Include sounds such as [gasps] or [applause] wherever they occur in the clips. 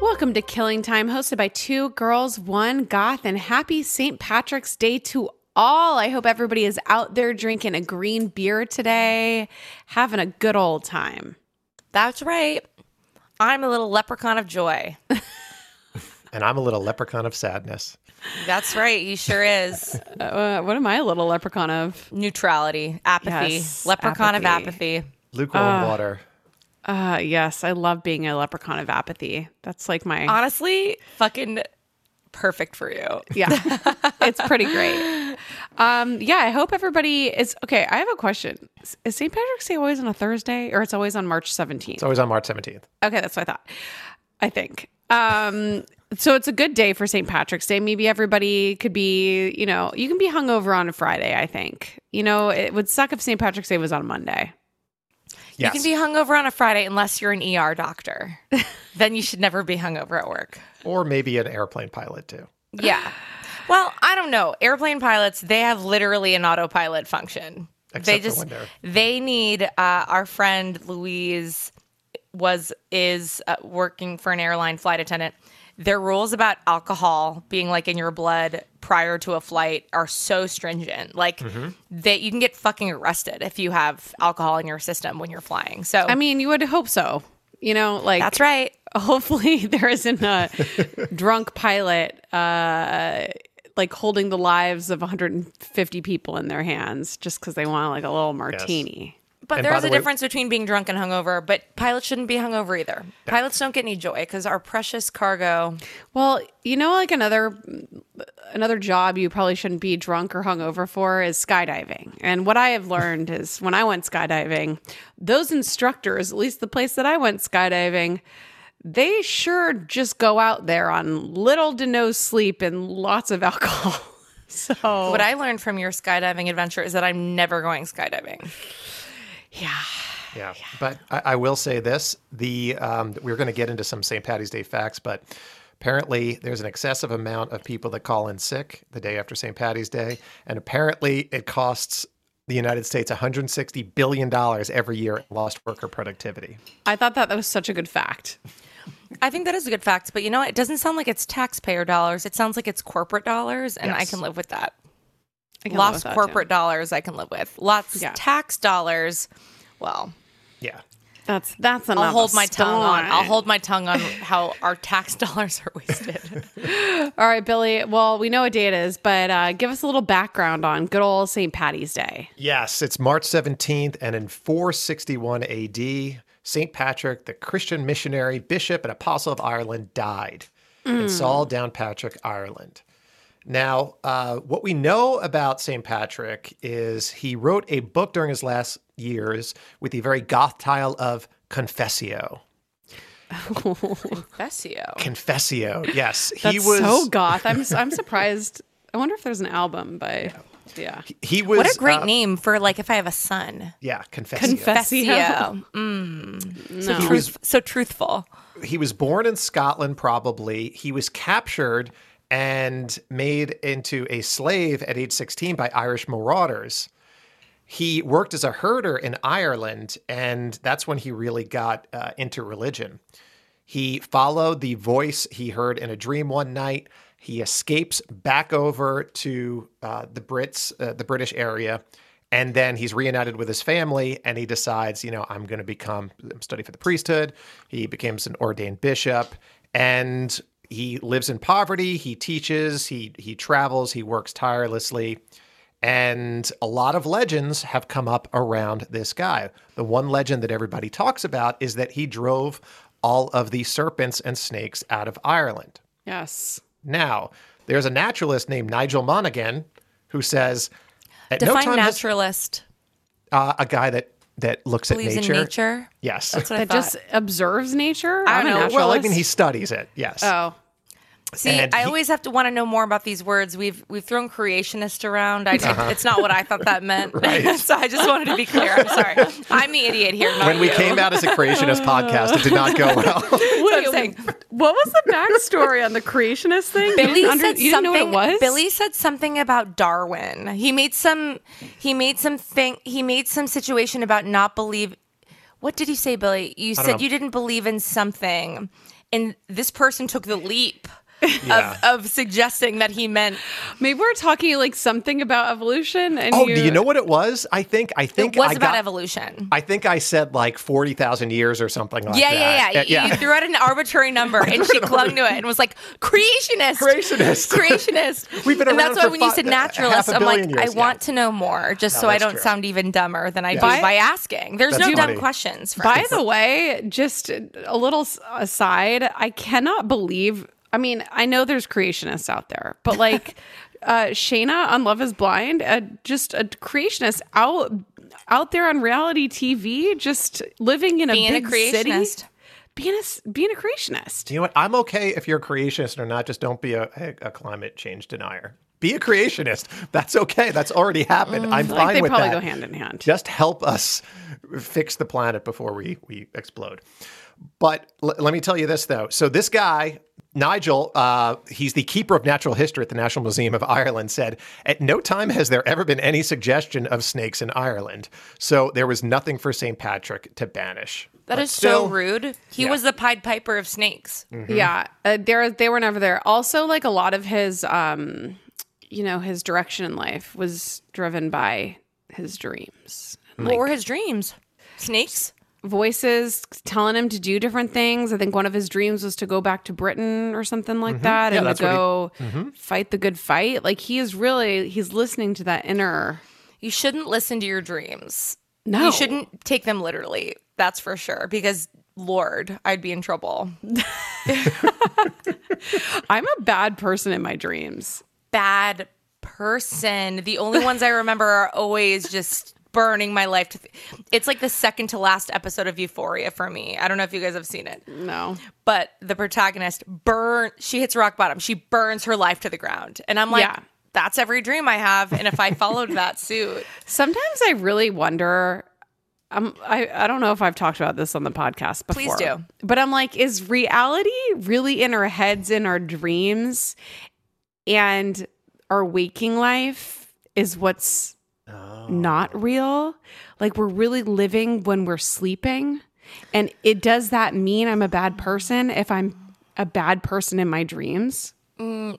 Welcome to Killing Time, hosted by two girls, one goth, and happy St. Patrick's Day to all. I hope everybody is out there drinking a green beer today, having a good old time. That's right. I'm a little leprechaun of joy. And I'm a little leprechaun of sadness. That's right. He sure is. Uh, what am I a little leprechaun of? Neutrality, apathy, Yes, leprechaun of apathy. apathy. Lukewarm Ah. water. Uh, yes, I love being a leprechaun of apathy. That's like my. Honestly, fucking perfect for you. [laughs] yeah it's pretty great um yeah i hope everybody is okay i have a question Is- is st patrick's day always on a thursday or it's always on march 17th It's always on March 17th. okay that's what i thought i think um so it's a good day for st patrick's day maybe everybody could be you know you can be hungover on a friday i think you know it would suck if st patrick's day was on monday Yes. You can be hungover on a Friday unless you're an [laughs] ER doctor. then you should never be hungover at work. or maybe an airplane pilot too. Yeah. Well, I don't know. Airplane pilots, they have literally an autopilot function. they Except for just when they're- they need uh, our friend Louise was is uh, working for an airline flight attendant. Their rules about alcohol being like in your blood prior to a flight are so stringent. Like Mm-hmm. that you can get fucking arrested if you have alcohol in your system when you're flying. So i mean you would hope so you know like that's right. [laughs] hopefully there isn't a [laughs] drunk pilot uh like holding the lives of 150 people in their hands just because they want like a little martini But And by there's the a way- difference between being drunk and hungover, but pilots shouldn't be hungover either. Pilots don't get any joy because our precious cargo. well you know like another another job you probably shouldn't be drunk or hungover for is skydiving and what i have learned is when i went skydiving those instructors at least the place that i went skydiving they sure just go out there on little to no sleep and lots of [laughs] alcohol so What I learned from your skydiving adventure is that I'm never going skydiving. Yeah. But I, I will say this: the um, we're going to get into some St. Patty's Day facts, but apparently there's an excessive amount of people that call in sick the day after St. Patty's Day, and apparently it costs the United States 160 billion dollars every year in lost worker productivity. I thought that that was such a good fact. I think that is a good fact, but you know, what? it doesn't sound like it's taxpayer dollars. It sounds like it's corporate dollars, and I Yes. can live with that. I can live with Lost that, corporate dollars, I can live with. Lots Yeah. tax dollars. Well, Yeah. too. That's that's another. I'll hold my tongue on. I'll story. hold my tongue on how our tax [laughs] dollars are wasted. All right, Billy. Well, we know what day it is, but uh, give us a little background on good old St. Patty's Day. Yes, it's March 17th, and in 461 AD, St. Patrick, the Christian missionary, bishop, and apostle of Ireland, died Mm. in Saul Downpatrick, Ireland. Now, uh, what we know about St. Patrick is he wrote a book during his last years with the very goth tile of Confessio. Confessio. [laughs] Confessio, yes. That's he was, so goth. I'm s- I'm surprised. I wonder if there's an album by. Yeah. He was What a great uh, name for like if I have a son. Yeah, Confessio. Confessio. Confessio. Mm. No. So, truth- so truthful. he was born in Scotland, probably. He was captured and made into a slave at age 16 by Irish marauders. He worked as a herder in Ireland, and that's when he really got uh, into religion. He followed the voice he heard in a dream one night. He escapes back over to uh, the Brits, uh, the British area, and then he's reunited with his family. And he decides, you know, I'm going to become study for the priesthood. He becomes an ordained bishop, and he lives in poverty. He teaches. He he travels. He works tirelessly. And a lot of legends have come up around this guy. The one legend that everybody talks about is that he drove all of the serpents and snakes out of Ireland. Yes. Now, there's a naturalist named Nigel Monaghan who says, at no Define time has naturalist. uh, a guy that, that looks at Believes nature. in nature. Yes. [laughs] That's what I That thought. just observes nature. I I'm a don't know. well, I naturalist. mean, he studies it. Yes. [laughs] Oh. See, And I he- always have to want to know more about these words. We've we've thrown creationist around. I, It's not what I thought that meant. Uh-huh. [laughs] [laughs] Right. so I just wanted to be clear. I'm [laughs] sorry. I'm the idiot here. Not when we you. came out as a [laughs] creationist podcast, it did not go well. Wait, I'm saying- what was the backstory on the creationist thing? You Billy didn't under- said you didn't know what it something. was. Billy said something about Darwin. He made some. He made some thing. He made some situation about not believe. What did he say, Billy? You said know. you didn't believe in something, and this person took the leap [laughs] Yeah. of, of suggesting that he meant Maybe we're talking like something about evolution. And Oh, do you know what it was? I think I think it was I about got, evolution. I think I said like forty thousand years or something like yeah, yeah, that. yeah, Uh, You- You threw out an arbitrary [laughs] number, and she clung to it and was like, "Creationist, Creationist. [laughs] creationist." We've been and around that's why for when you fi- said uh, half a naturalist, I'm like, billion I years, yeah. want to know more, just so I that's don't true. sound even dumber than I do By- by asking. There's That's no funny. dumb questions. Friends. By the way, just a little s- aside, I cannot believe. I mean, I know there's creationists out there, but like uh, Shayna on Love Is Blind, uh, just a creationist out out there on reality TV, just living in a Being a big city, creationist. being a s- being a creationist. [laughs] You know what? I'm okay if you're a creationist or not. Just don't be a, a, a climate change denier. Be a creationist. That's okay. That's already happened. I'm fine Like they with probably that. go hand in hand. Just help us fix the planet before we we explode. But l- let me tell you this though. So this guy. Nigel, uh, he's the keeper of natural history at the National Museum of Ireland, said, At no time has there ever been any suggestion of snakes in Ireland. So there was nothing for St. Patrick to banish. that But is so still- rude. He was the Pied Piper of snakes. Yeah, uh, there they were never there. Also, like a lot of his, um, you know, his direction in life was driven by his dreams, Mm-hmm. What were his dreams? Snakes. voices telling him to do different things. I think one of his dreams was to go back to Britain or something like that, Mm-hmm. Yeah, and that's to what he- Mm-hmm. go fight the good fight. Like he is really he's listening to that inner. You shouldn't listen to your dreams. No, You shouldn't take them literally. That's for sure. Because Lord, I'd be in trouble. I'm a bad person in my dreams. bad person. The only ones I remember are always just burning my life to. Th- it's like the second to last episode of Euphoria for me. I don't know if you guys have seen it, No, but the protagonist burn. She hits rock bottom. She burns her life to the ground, and I'm like. Yeah. That's every dream I have, and if I [laughs] followed that suit, sometimes I really wonder. Um, I, I don't know if I've talked about this on the podcast before. Please do. But I'm like, is reality really in our heads, in our dreams, and our waking life is what's not real? Like we're really living when we're sleeping, and it does that mean I'm a bad person if I'm a bad person in my dreams?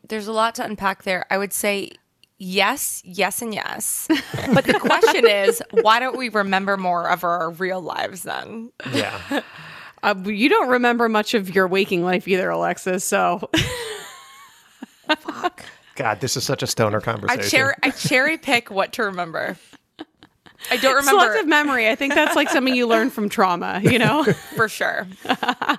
there's a lot to unpack there. I would say yes, yes, and [laughs] yes. But the question is, why don't we remember more of our real lives then? Yeah. Uh, you don't remember much of your waking life either, Alexis. So God, this is such a [laughs] stoner I conversation. cherry I cherry pick what to remember. I don't selective remember memory. I think that's like something you learn from trauma, you [laughs] know? for sure. 100%.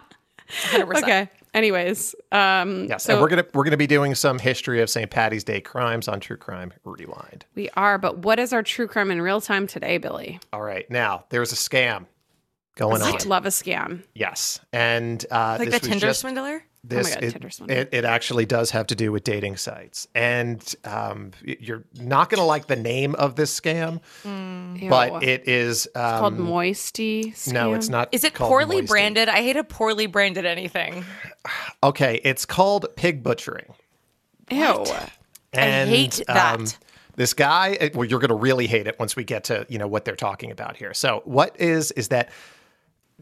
okay. Anyways, um, Yes, and we're gonna we're gonna be doing some history of St. Patty's Day crimes on True Crime Rewind. we are, but what is our true crime in real time today, Billy? All right, now there's a scam going I on. love a scam. Yes, and uh, Like this the was Tinder just, swindler? my This God, Tinder it, swindle. it, it actually does have to do with dating sites, and um, y- you're not gonna like the name of this scam, but Ew. it is um, called moisty. Scam. no, it's not. Is it called poorly moisty. branded? I hate a poorly branded anything. Okay, it's called pig butchering. Ew. And, um, hate that. this guy, eh, well, you're going to really hate it once we get to you know what they're talking about here. So, what is is that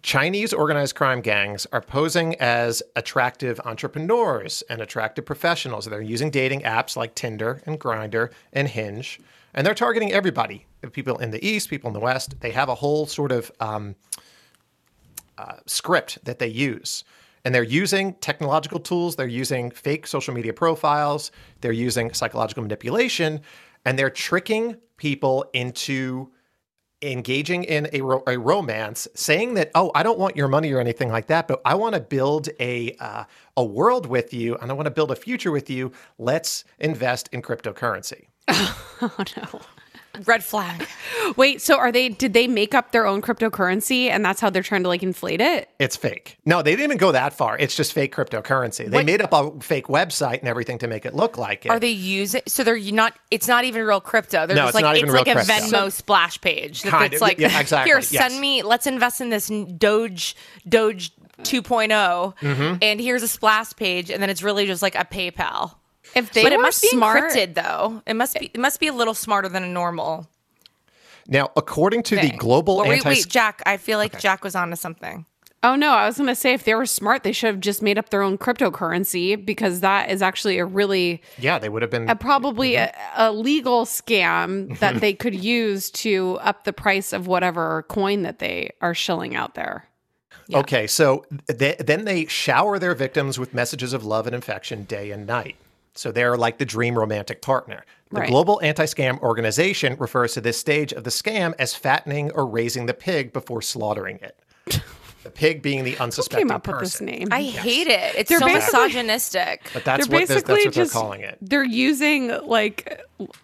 Chinese organized crime gangs are posing as attractive entrepreneurs and attractive professionals. They're using dating apps like Tinder and Grinder and Hinge, and they're targeting everybody: people in the East, people in the West. They have a whole sort of um, script that they use. And they're using technological tools, they're using fake social media profiles, they're using psychological manipulation, and they're tricking people into engaging in a, ro- a romance, saying that, oh, I don't want your money or anything like that, but I want to build a, uh, a world with you and I want to build a future with you. Let's invest in cryptocurrency. [laughs] Oh no. Red flag. Wait. So are they? Did they make up their own cryptocurrency, and that's how they're trying to like inflate it? It's fake. No, they didn't even go that far. It's just fake cryptocurrency. They made up a fake website and everything to make it look like it. Are they using so they're not it's not even real crypto. They're No, just it's like not it's even like real a crypto. Venmo splash page. That Kind it's of, like yeah, exactly, here, yes. send me let's invest in this n- Doge Doge 2.0 Mm-hmm. and here's a splash page and then it's really just like a PayPal. If they but it were must be smart, encrypted, though. It must be. It must be a little smarter than a normal. Now, according to the thing. global Well, wait, anti wait, Jack. I feel like Jack was onto something. Oh no, I was going to say if they were smart, they should have just made up their own cryptocurrency because that is actually a really Yeah, they would have been. a, probably a, Mm-hmm. a legal scam [laughs] that they could use to up the price of whatever coin that they are shilling out there. Okay, so th- then they shower their victims with messages of love and affection day and night. So they're like the dream romantic partner. The Right. Global Anti Scam Organization refers to this stage of the scam as fattening or raising the pig before slaughtering it. [laughs] the pig being the unsuspecting Came up with this person. name. I hate it. It's They're so basically- misogynistic. But that's what, this, that's what they're calling it. They're using like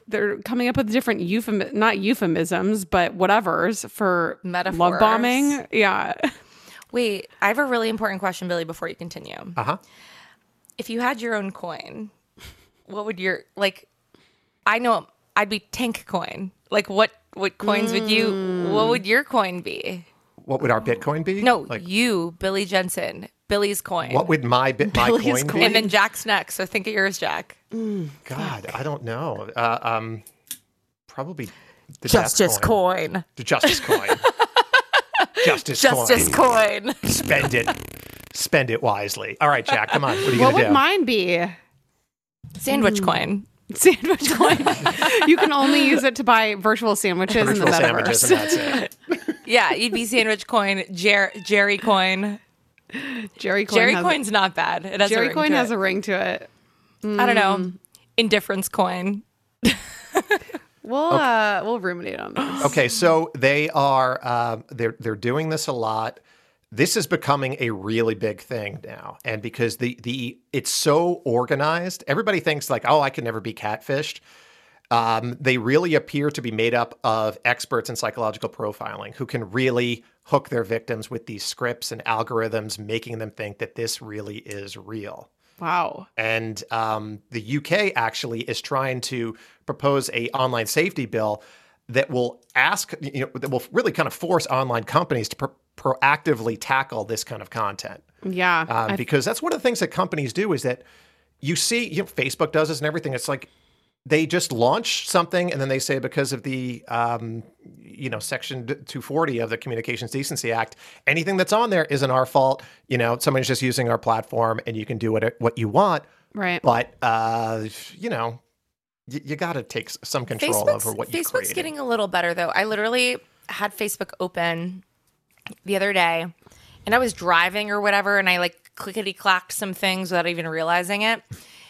they're coming up with different euphemism, not euphemisms, but whatever's for love Metaphors. bombing. [laughs] Yeah, Wait, I have a really important question, Billy, before you continue. Uh huh. If you had your own coin, what would your like I know I'd be tank coin. Like what what coins would you what would your coin be? What would our Bitcoin be? No, Like, you, Billy Jensen, Billy's coin. what would my, bit, my Billy's coin coin. be? and then Jack's next, so think of yours, Jack. God, I don't know. Uh, um, probably the death coin. coin. The justice [laughs] coin. justice, Justice coin. coin. Spend it. Spend it wisely. All right, Jack, come on. What are you what going to would do? mine be? Sandwich coin. Sandwich coin. you can only use it to buy virtual sandwiches in Virtual the metaverse. [laughs] sandwiches and that's it. [laughs] Yeah, you'd be sandwich coin, Jer- Jerry coin. Jerry coin. Jerry has, coin's not bad. It has a Jerry ring coin to has Mm. it. a ring to it. I don't know. Indifference coin. We'll uh, we'll ruminate on [gasps] this. Okay, so they are um, they're they're doing this a lot. This is becoming a really big thing now, and because the the it's so organized, everybody thinks like, oh, I could never be catfished. Um, they really appear to be made up of experts in psychological profiling who can really hook their victims with these scripts and algorithms, making them think that this really is real. Wow. and um, the UK actually is trying to propose a online safety bill that will ask you know that will really kind of force online companies to pro- proactively tackle this kind of content Yeah. um, because that's one of the things that companies do is that you see you know, Facebook does this and everything. It's like they just launch something and then they say because of the um, you know section 240 of the Communications Decency Act, anything that's on there isn't our fault. You know, somebody's just using our platform and you can do what what you want. right. But uh, you know, you, you got to take s- some control Facebook's, over what you Facebook's create. getting a little better though. I literally had Facebook open the other day and I was driving or whatever and I like clickety clacked some things without even realizing it.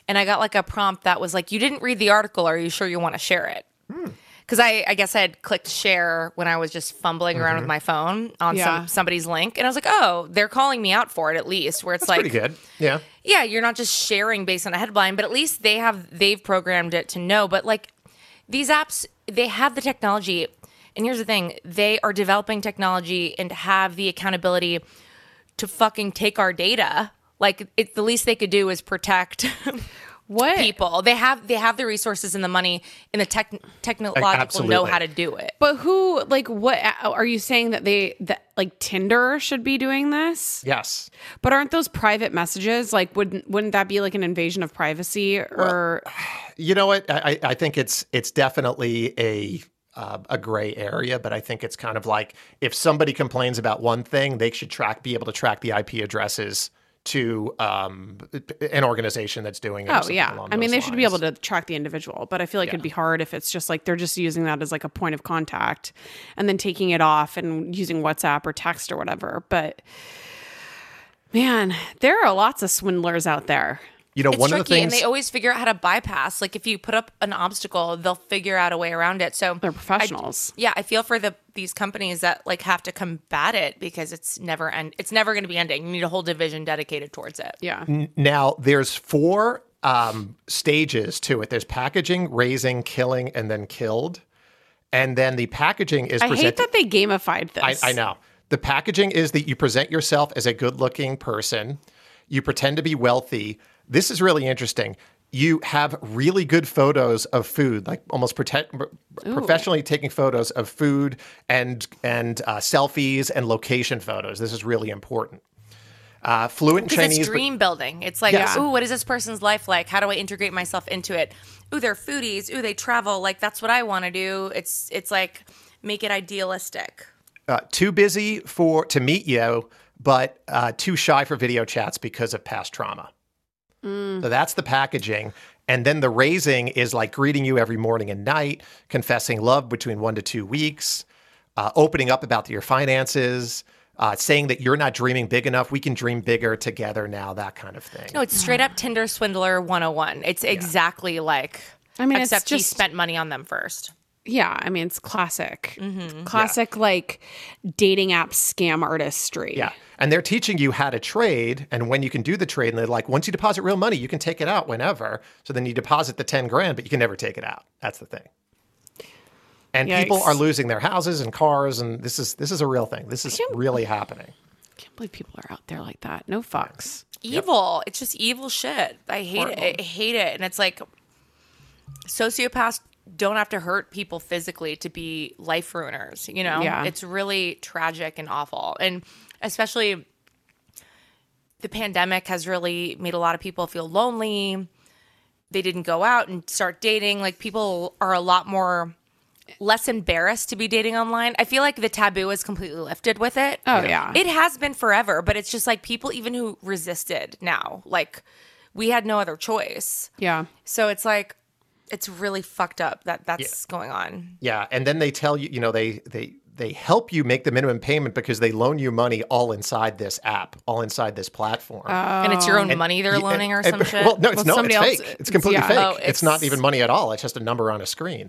And I got like a prompt that was like, You didn't read the article. Are you sure you want to share it? Hmm. Because I, I guess I had clicked share when I was just fumbling around Mm-hmm. with my phone on Yeah. some, somebody's link. And I was like, Oh, they're calling me out for it at least, where it's like, Pretty good, yeah. yeah you're not just sharing based on a headline but at least they have they've programmed it to know but like these apps they have the technology and here's the thing they are developing technology and have the accountability to fucking take our data like it, the least they could do is [laughs] protect What people they have they have the resources and the money and the tech, technological Absolutely. know how to do it But who like what uh, are you saying that they that like Tinder should be doing this? Yes. But aren't those private messages like wouldn't wouldn't that be like an invasion of privacy or You know what? I, I I think it's it's definitely a uh, a gray area, but I think it's kind of like if somebody complains about one thing, they should track be able to track the IP addresses to um, an organization that's doing it. or Oh something yeah. along I mean those they should be lines. able to track the individual, but I feel like it'd be hard if it's just like they're just using that as like a point of contact and then taking it off and using WhatsApp or text or whatever. But man, there are lots of swindlers out there. You know, it's one tricky of the and things. they always figure out how to bypass like if you put up an obstacle they'll figure out a way around it so They're professionals. yeah i feel for the these companies that like have to combat it because it's never end it's never going to be ending you need a whole division dedicated towards it yeah. Mm, Now, there's four um, stages to it. There's packaging, raising, killing, and then killed. And then the packaging is I hate presented. that they gamified I, this. I know. The packaging is that you present yourself as a good looking person, you pretend to be wealthy. This is really interesting. You have really good photos of food, like almost pretend, professionally taking photos of food and and uh, selfies and location photos. This is really important. Uh, fluent Oh, in because Chinese, it's but- dream building it's like Yes. ooh what is this person's life like how do i integrate myself into it ooh they're foodies ooh they travel like that's what i want to do it's it's like make it idealistic uh, too busy for to meet you, but uh, too shy for video chats because of past trauma. So that's the packaging. And then the raising is like greeting you every morning and night, confessing love between one to two weeks, uh, opening up about your finances, uh, saying that you're not dreaming big enough. We can dream bigger together now, that kind of thing. No, it's straight up Tinder swindler 101. It's exactly like I mean, it's except he just- spent money on them first. Yeah, I mean it's classic, Mm-hmm. classic like dating app scam artistry. Yeah. And they're teaching you how to trade and when you can do the trade. And they're like, once you deposit real money, you can take it out whenever. So then you deposit the 10 grand, but you can never take it out. That's the thing. And people Yikes. are losing their houses and cars, and this is this is a real thing. This is really happening. I can't believe people are out there like that. No fucks. Evil. It's just evil shit. I hate it. I hate it. And it's like sociopaths don't have to hurt people physically to be life ruiners, you know? Yeah. It's really tragic and awful. And especially the pandemic has really made a lot of people feel lonely. They didn't go out and start dating. Like people are a lot more less embarrassed to be dating online. I feel like the taboo is completely lifted with it. Oh, Yeah. yeah. It has been forever, but it's just like people even who resisted now, like we had no other choice. Yeah. So it's like it's really fucked up that that's going on. Yeah. And then they tell you, you know, they they they help you make the minimum payment because they loan you money all inside this app, all inside this platform. and it's your own money they're Yeah, loaning or and- some and- shit. Well, no, it's Oh. Well, no, it's somebody else- fake. It's completely yeah. fake. Oh, it's, not it's- even money at all. It's just a number on a screen.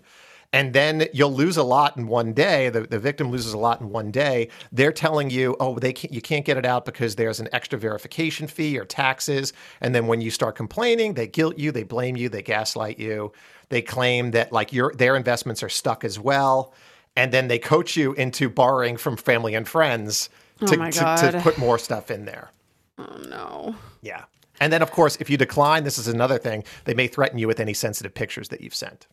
And then you'll lose a lot in one day. The, the victim loses a lot in one day. They're telling you, oh, they can't, you can't get it out because there's an extra verification fee or taxes. And then when you start complaining, they guilt you, they blame you, they gaslight you. They claim that like your their investments are stuck as well. And then they coach you into borrowing from family and friends to, Oh my to, to God. put more stuff in there. Oh, No. Yeah. And then, of course, if you decline, this is another thing, they may threaten you with any sensitive pictures that you've sent.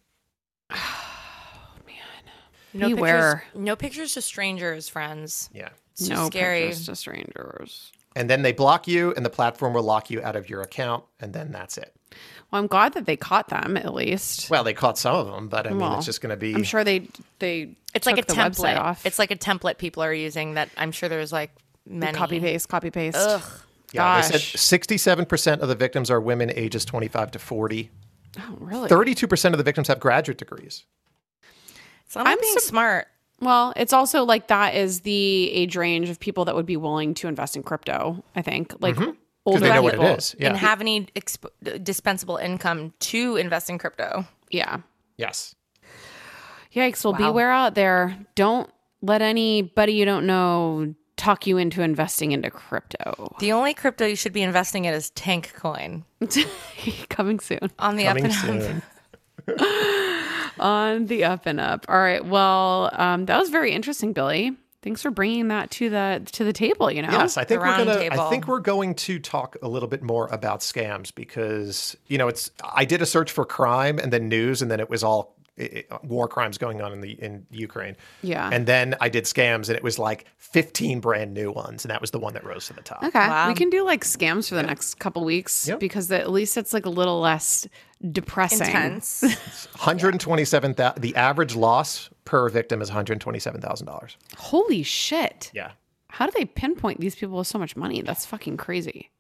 No Beware. pictures, no pictures to strangers, friends. Yeah. It's no just scary. pictures to strangers. And then they block you, and the platform will lock you out of your account, and then that's it. Well, I'm glad that they caught them at least. Well, they caught some of them, but I mean, Well, it's just going to be. I'm sure they they It's like a took the website template. off. It's like a template people are using that I'm sure there's like many copy paste, copy paste. Ugh. yeah, they Gosh. said 67% of the victims are women ages 25 to 40. Oh, really? 32% of the victims have graduate degrees. Someone I'm being sur- smart. Well, it's also like that is the age range of people that would be willing to invest in crypto. I think like older Because Mm-hmm. they know what people. it is. Yeah. and have any exp- dispensable income to invest in crypto. Yeah. yes. Yikes! Well, beware out there. Don't let anybody you don't know talk you into investing into crypto. [laughs] The only crypto you should be investing in is Tank Coin Coming soon on the Coming up and up. [laughs] soon. on the up and up. All right. Well, um, that was very interesting, Billy. Thanks for bringing that to the to the table. You know. Yes, I the think we're round gonna. I table. think we're going to talk a little bit more about scams because you know it's. I did a search for crime and then news, and then it was all i i- war crimes going on in the in Ukraine. Yeah. and then I did scams, and it was like fifteen brand new ones, and that was the one that rose to the top. Okay. Wow. We can do like scams for the next couple weeks Yep. because at least it's like a little less depressing. Intense. Hundred twenty-seven. The average loss per victim is one hundred twenty-seven thousand dollars. Holy shit. Yeah. How do they pinpoint these people with so much money? That's fucking crazy.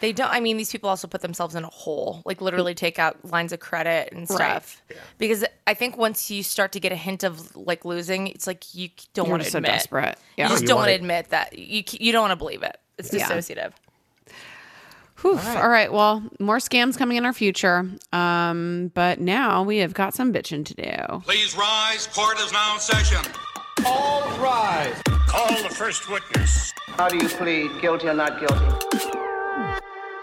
They don't. I mean, these people also put themselves in a hole, like literally take out lines of credit and stuff. Because I think once you start to get a hint of like losing, it's like you don't We're want to just so admit. desperate. You Yeah. just you don't wanna- want to admit that you c- you don't want to believe it. It's Yeah. dissociative. Whew. All, right. Well, more scams coming in our future. Um, but now we have got some bitching to do. Please rise. Court is now in session. All rise. Call the first witness. How do you plead, guilty or not guilty?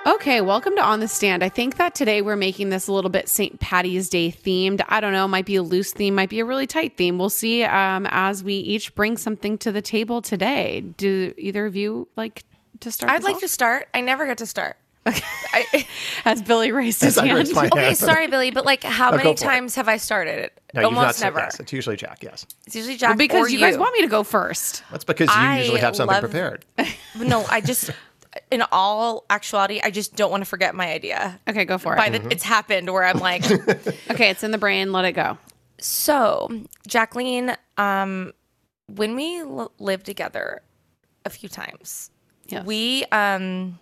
Okay, welcome to On the Stand. I think that today we're making this a little bit St. Patty's Day themed. I don't know, might be a loose theme, might be a really tight theme. We'll see um, as we each bring something to the table today. Do either of you like to start? I'd this like off? to start. I never get to start. [laughs] [laughs] I, as Billy raised his I hand. raised my okay, hand. sorry, Billy, but like, how No, go many for it. times have I started it? No, you've not Almost said never. yes. It's usually Jack. Yes, It's usually [laughs] Jack because or you guys want [laughs] me to go first. that's because you I usually have something love- prepared. [laughs] No, I just, in all actuality, I just don't want to forget my idea. Okay, go for By it. Mm-hmm. the, it's happened where I'm [laughs] like, Okay, it's in the brain. Let it go. so Jacqueline, um, when we l- lived together, a few times. Yes. We um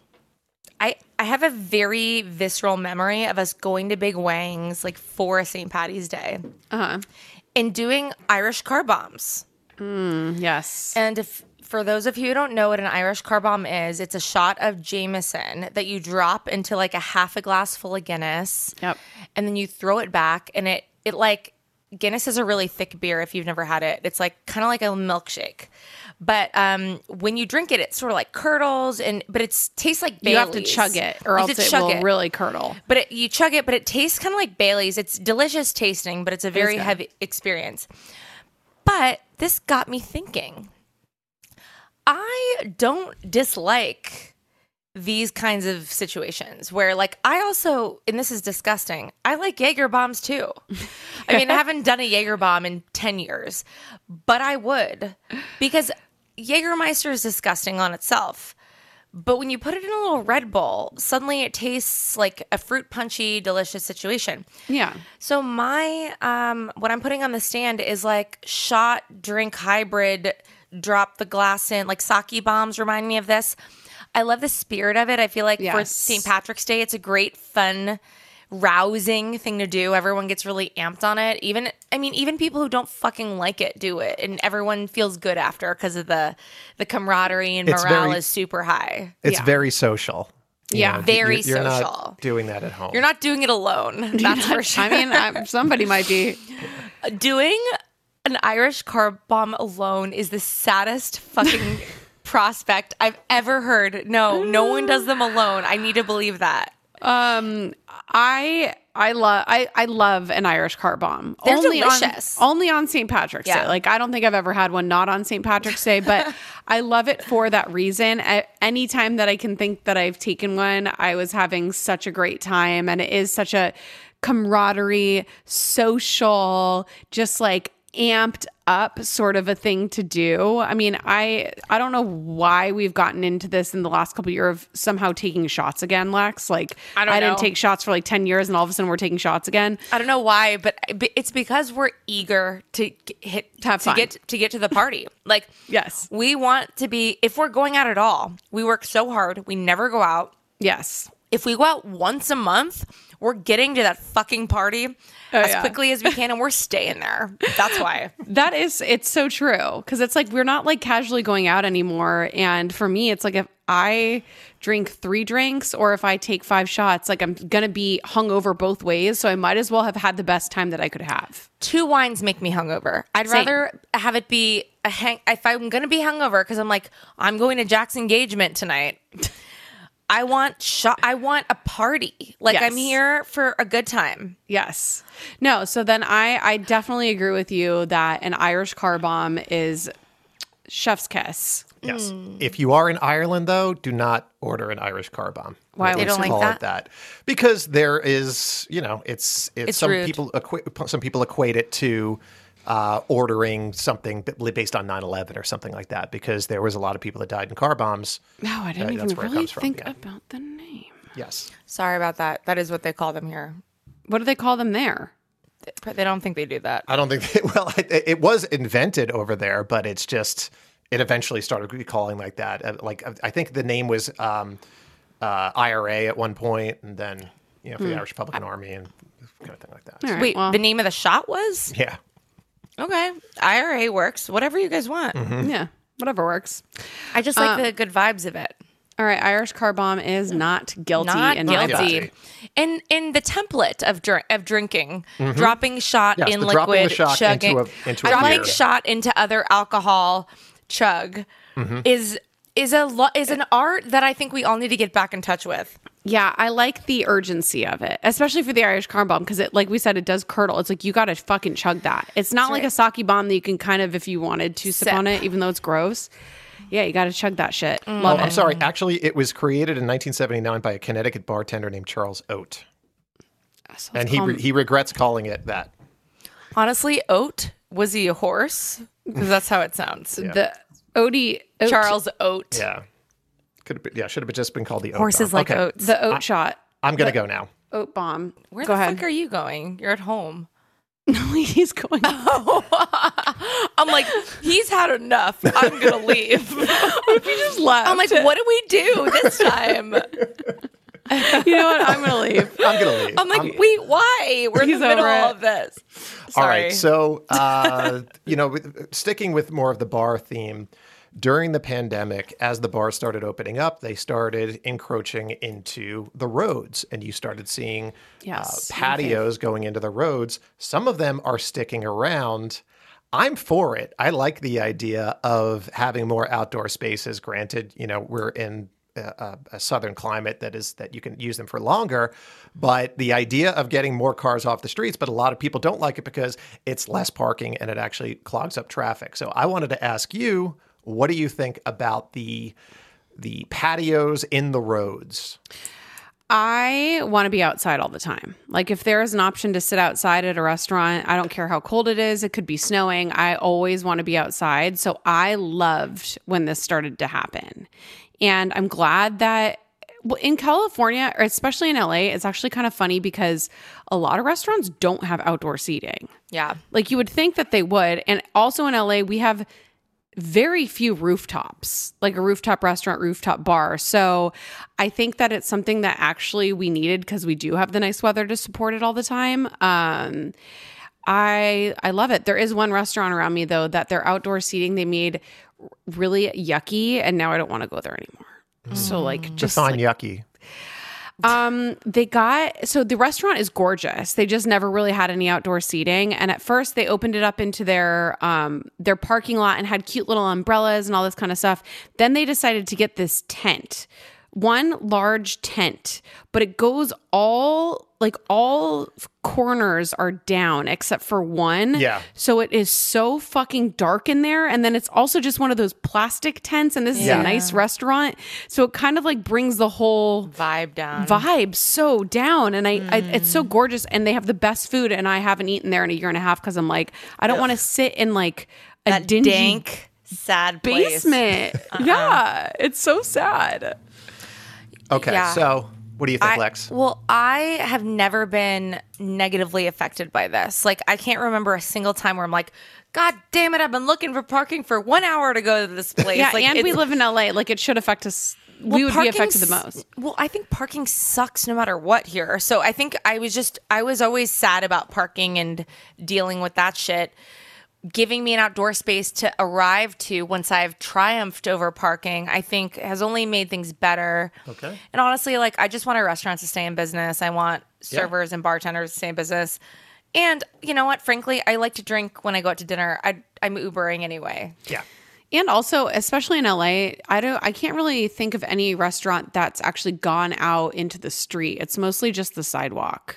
I I have a very visceral memory of us going to Big Wang's like for St. Patty's Day and doing Irish car bombs. Yes. And if for those of you who don't know what an Irish car bomb is, it's a shot of Jameson that you drop into like a half a glass full of Guinness. Yep. And then you throw it back and it it like Guinness is a really thick beer if you've never had it. It's like kind of like a milkshake. But um, when you drink it, it sort of like curdles and but it tastes like Bailey's. You have to chug it, or You have else to it chug will really curdle. but it, you chug it, but it tastes kind of like Bailey's. It's delicious tasting, but it's a very good. heavy experience. But this got me thinking. I don't dislike these kinds of situations where, like, I also, and this is disgusting, I like Jaeger bombs too. I mean, I haven't done a Jaeger bomb in 10 years, but I would because Jaegermeister is disgusting on itself. But when you put it in a little Red Bull, suddenly it tastes like a fruit punchy, delicious situation. Yeah. So my um what I'm putting on the stand is like shot drink hybrid drop the glass in like sake bombs remind me of this. I love the spirit of it. I feel like for Yes. St. Patrick's Day it's a great fun rousing thing to do. Everyone gets really amped on it. Even I mean even people who don't fucking like it do it and everyone feels good after cuz of the the camaraderie and It's morale very- is super high. It's Yeah. very social. you Yeah, you- very you're, you're social. Not doing that at home. You're not doing it [laughs] alone. That's for [laughs] sure. I mean, I, somebody might be. doing an Irish car bomb alone is the saddest [laughs] fucking prospect I've ever heard. No, no one does them alone. I need to believe that. I I love I I love an Irish car bomb. They're only delicious. on only on St. Patrick's Yeah. Day. Like I don't think I've ever had one not on St. Patrick's Day, [laughs] but I love it for that reason. At any time that I can think that I've taken one, I was having such a great time and it is such a camaraderie, social, just like amped up sort of a thing to do. I mean, I I don't know why we've gotten into this in the last couple year of somehow taking shots again, Lex. Like I don't didn't know. take shots for like 10 years and all of a sudden we're taking shots again. I don't know why, but but it's because we're eager to g- hit To have fun. get to get to the party. Like Yes. we want to be if we're going out at all. We work so hard. We never go out. Yes. if we go out once a month, we're getting to that fucking party as yeah. quickly as we can and we're staying there. That's [laughs] why. That is, it's so true. Cause it's like we're not like casually going out anymore. And for me, it's like if I drink three drinks or if I take five shots, like I'm going to be hungover both ways. So I might as well have had the best time that I could have. Two wines make me hungover. I'd Same. rather have it be a hang if I'm gonna be hungover because I'm like, I'm going to Jack's engagement tonight. [laughs] I want shot I want a party. Like I'm Yes. here for a good time. Yes. No, so then I I definitely agree with you that an Irish car bomb is chef's kiss. Yes. Hmm. If you are in Ireland, though, do not order an Irish car bomb. Why Or at They least don't like call that? it that because there is, you know, it's it's, It's some rude. people equa- some people equate it to uh, ordering something b- based on 9/11 or something like that because there was a lot of people that died in car bombs. No, I didn't That- even that's where it really comes from, think yeah. about the name. Yes. Sorry about that. That is what they call them here. What do they call them there? But They don't think they do that. I don't think they, [laughs] well, it, it was invented over there, but it's just it eventually started calling like that. Uh, Like I- I think the name was um, uh, IRA at one point, and then you know Hmm. for the Irish Republican Army and kind of thing like that. All right, Wait, well, the name of the shot was? Yeah. Okay. IRA works. Whatever you guys want. Uh, yeah, whatever works. I just like the good vibes of it. All right, Irish car bomb is not guilty. Not in my guilty. book. guilty. And in the template of drink of drinking, dropping shot Mm-hmm. Yes, in the liquid, dropping the shot chugging, into a- into a dropping beer. shot into other alcohol, chug Mm-hmm. is is a lo- is an art that I think we all need to get back in touch with. Yeah, I like the urgency of it, especially for the Irish car bomb, because it, like we said, it does curdle. It's like you got to fucking chug that. It's not like right. a sake bomb that you can kind of, if you wanted to, sip, Sip. Mm. on it, even though it's gross. Yeah, you got to chug that shit. Love Oh, I'm sorry. Actually, it was created in 1979 by a Connecticut bartender named Charles Oat, it. and he re- he regrets calling it that. Honestly, Oat was he a horse? Because that's how it [laughs] sounds. the Odie oat, Charles Oat. Yeah. Could have been, yeah, should have just been called the oat Horses bomb. like okay. oats. the oat shot, I'm gonna go now. oat bomb. Where Go the ahead. fuck are you going? You're at home. [laughs] He's going. I'm like, he's had enough. [laughs] I'm gonna leave. He just left. I'm like, what do we do this time? you know what? I'm gonna leave. I'm gonna leave. [laughs] I'm like, wait, why? We're in He's the middle over it. of this. All Sorry. right. So, uh, [laughs] you know, with, sticking with more of the bar theme, during the pandemic, as the bars started opening up, they started encroaching into the roads, and you started seeing Yes, uh, patios going into the roads. Some of them are sticking around. I'm for it. I like the idea of having more outdoor spaces. Granted, you know, we're in a, a, a southern climate that is that you can use them for longer, but the idea of getting more cars off the streets, but a lot of people don't like it because it's less parking and it actually clogs up traffic. So I wanted to ask you, what do you think about the the patios in the roads? I want to be outside all the time. Like if there is an option to sit outside at a restaurant, I don't care how cold it is, it could be snowing, I always want to be outside. So I loved when this started to happen. And I'm glad that well, in California, or especially in LA, it's actually kind of funny because a lot of restaurants don't have outdoor seating. Yeah. Like you would think that they would. And also in LA, we have very few rooftops, like a rooftop restaurant, rooftop bar. So I think that it's something that actually we needed because we do have the nice weather to support it all the time. Um, I I love it. There is one restaurant around me though that their outdoor seating they made r- really yucky, and now I don't want to go there anymore. So like just Define yucky. um, they got so the restaurant is gorgeous. They just never really had any outdoor seating, and at first they opened it up into their um their parking lot and had cute little umbrellas and all this kind of stuff. Then they decided to get this tent, one large tent, but it goes all like all corners are down except for one. Yeah. So it is so fucking dark in there. And then it's also just one of those plastic tents. And this is Yeah. a nice restaurant. So it kind of like brings the whole Vibe down. vibe so down and I, I it's so gorgeous and they have the best food and I haven't eaten there in a year and a half because I'm like I don't want to sit in like a that dingy dank, sad [laughs] place. basement yeah Uh-uh. it's so sad Okay, Yeah. so what do you think, I- Lex? Well, I have never been negatively affected by this. Like, I can't remember a single time where I'm like, God damn it, I've been looking for parking for one hour to go to this place. yeah like, and we it's- live in LA like it should affect us we Well, would be parking affected the s- most Well, I think parking sucks no matter what here. So I think I was just I was always sad about parking and dealing with that shit. Giving me an outdoor space to arrive to once I've triumphed over parking, I think has only made things better. Okay. And honestly, like I just want our restaurants to stay in business. I want servers and bartenders to stay in business. And you know what? Frankly, I like to drink when I go out to dinner. I, I'm Ubering anyway. Yeah. and also especially in LA I don't I can't really think of any restaurant that's actually gone out into the street it's mostly just the sidewalk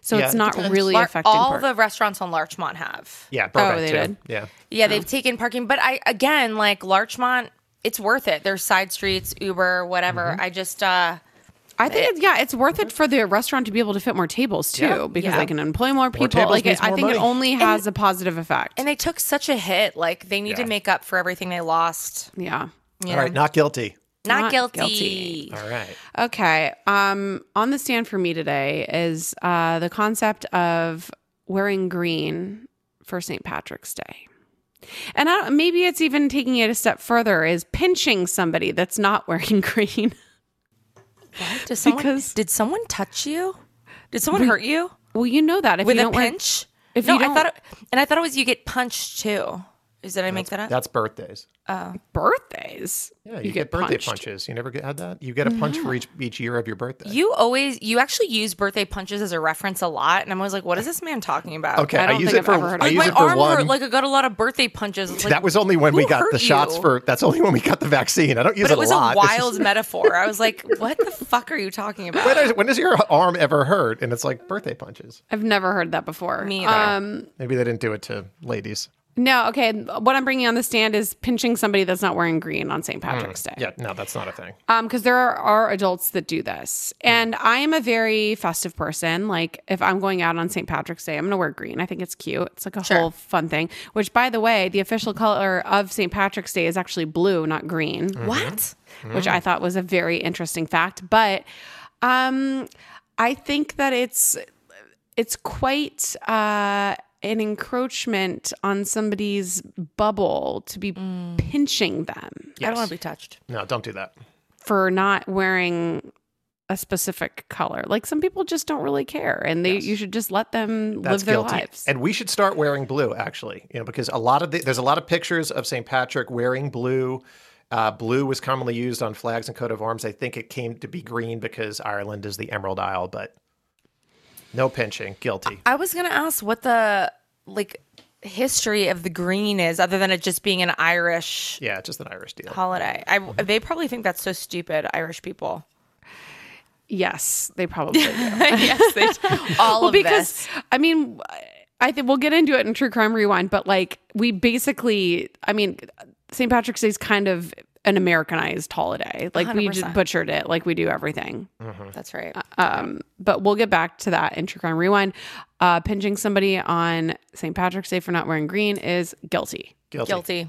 so Yeah, it's it not really Lar- affecting all park- the restaurants on Larchmont have. Yeah, Burbank they too. did. Yeah. Yeah, Oh. they've taken parking, but I again like Larchmont, it's worth it. There's side streets, Uber, whatever. Mm-hmm. I just uh I think it's, yeah, it's worth it for the restaurant to be able to fit more tables too, Yeah. because Yeah. they can employ more people. tables like means it, I more think it money. only has a positive effect. and they took such a hit. Like they need Yeah. to make up for everything they lost. yeah. All right, not guilty. Not, Not guilty. guilty. All right. Okay. Um, on the stand for me today is uh, the concept of wearing green for St. Patrick's Day. And I don't, maybe it's even taking it a step further is pinching somebody that's not [laughs] wearing green. Does someone, Because- did someone touch you? Did someone hurt you well, you know that if with you a don't wear- pinch? if no, you I don't- thought it, and I thought it was you get punched too. Is that I make that up? That's birthdays. birthdays, Yeah, you, get, birthday punches. You never get, had that? You get a punch for each each year of your birthday. You always you actually use birthday punches as a reference a lot, and I'm always like, what is this man talking about? okay, I, don't use think it I've for ever heard of I it. Like, use my it for arm one. hurt. Like I got a lot of birthday punches. It's like, that was only when we who got the hurt shots you? for. That's only when we got the vaccine. I don't use But it, it was a, a lot. This is- wild metaphor. I was [laughs] like, what the fuck are you talking about? when, is, when does your arm ever hurt? And it's like birthday punches. I've never heard that before. Me either. um, Maybe they didn't do it to ladies. No, okay. What I'm bringing on the stand is pinching somebody that's not wearing green on St. Patrick's Day. Yeah, no, that's not a thing. Um, because there are, are adults that do this, and I am a very festive person. Like, if I'm going out on St. Patrick's Day, I'm gonna wear green. I think it's cute. It's like a whole fun thing. Which, by the way, the official color of St. Patrick's Day is actually blue, not green Mm. what? which Mm. I thought was a very interesting fact. But um, I think that it's it's quite uh, an encroachment on somebody's bubble to be Mm. pinching them I don't want to be touched. No, don't do that. for not wearing a specific color. Like some people just don't really care and they you should just let them That's live their guilty. lives. And we should start wearing blue, actually, you know, because a lot of the, there's a lot of pictures of St. Patrick wearing blue. Uh, blue was commonly used on flags and coat of arms. I think it came to be green because Ireland is the Emerald Isle, but no pinching, guilty. I was gonna ask what the like history of the green is, other than it just being an Irish yeah, just an Irish deal. holiday. I they probably think that's so stupid, Irish [laughs] people. yes, they [laughs] probably do. yes, they [laughs] all well, of because this. I mean, I think we'll get into it in True Crime Rewind, but like we basically, I mean, St. Patrick's Day is kind of an Americanized holiday. Like we just 100%. butchered it, like we do everything. That's right. Um, but we'll get back to that in True Crime Rewind. Uh, pinching somebody on St. Patrick's Day for not wearing green is guilty. Guilty. Guilty.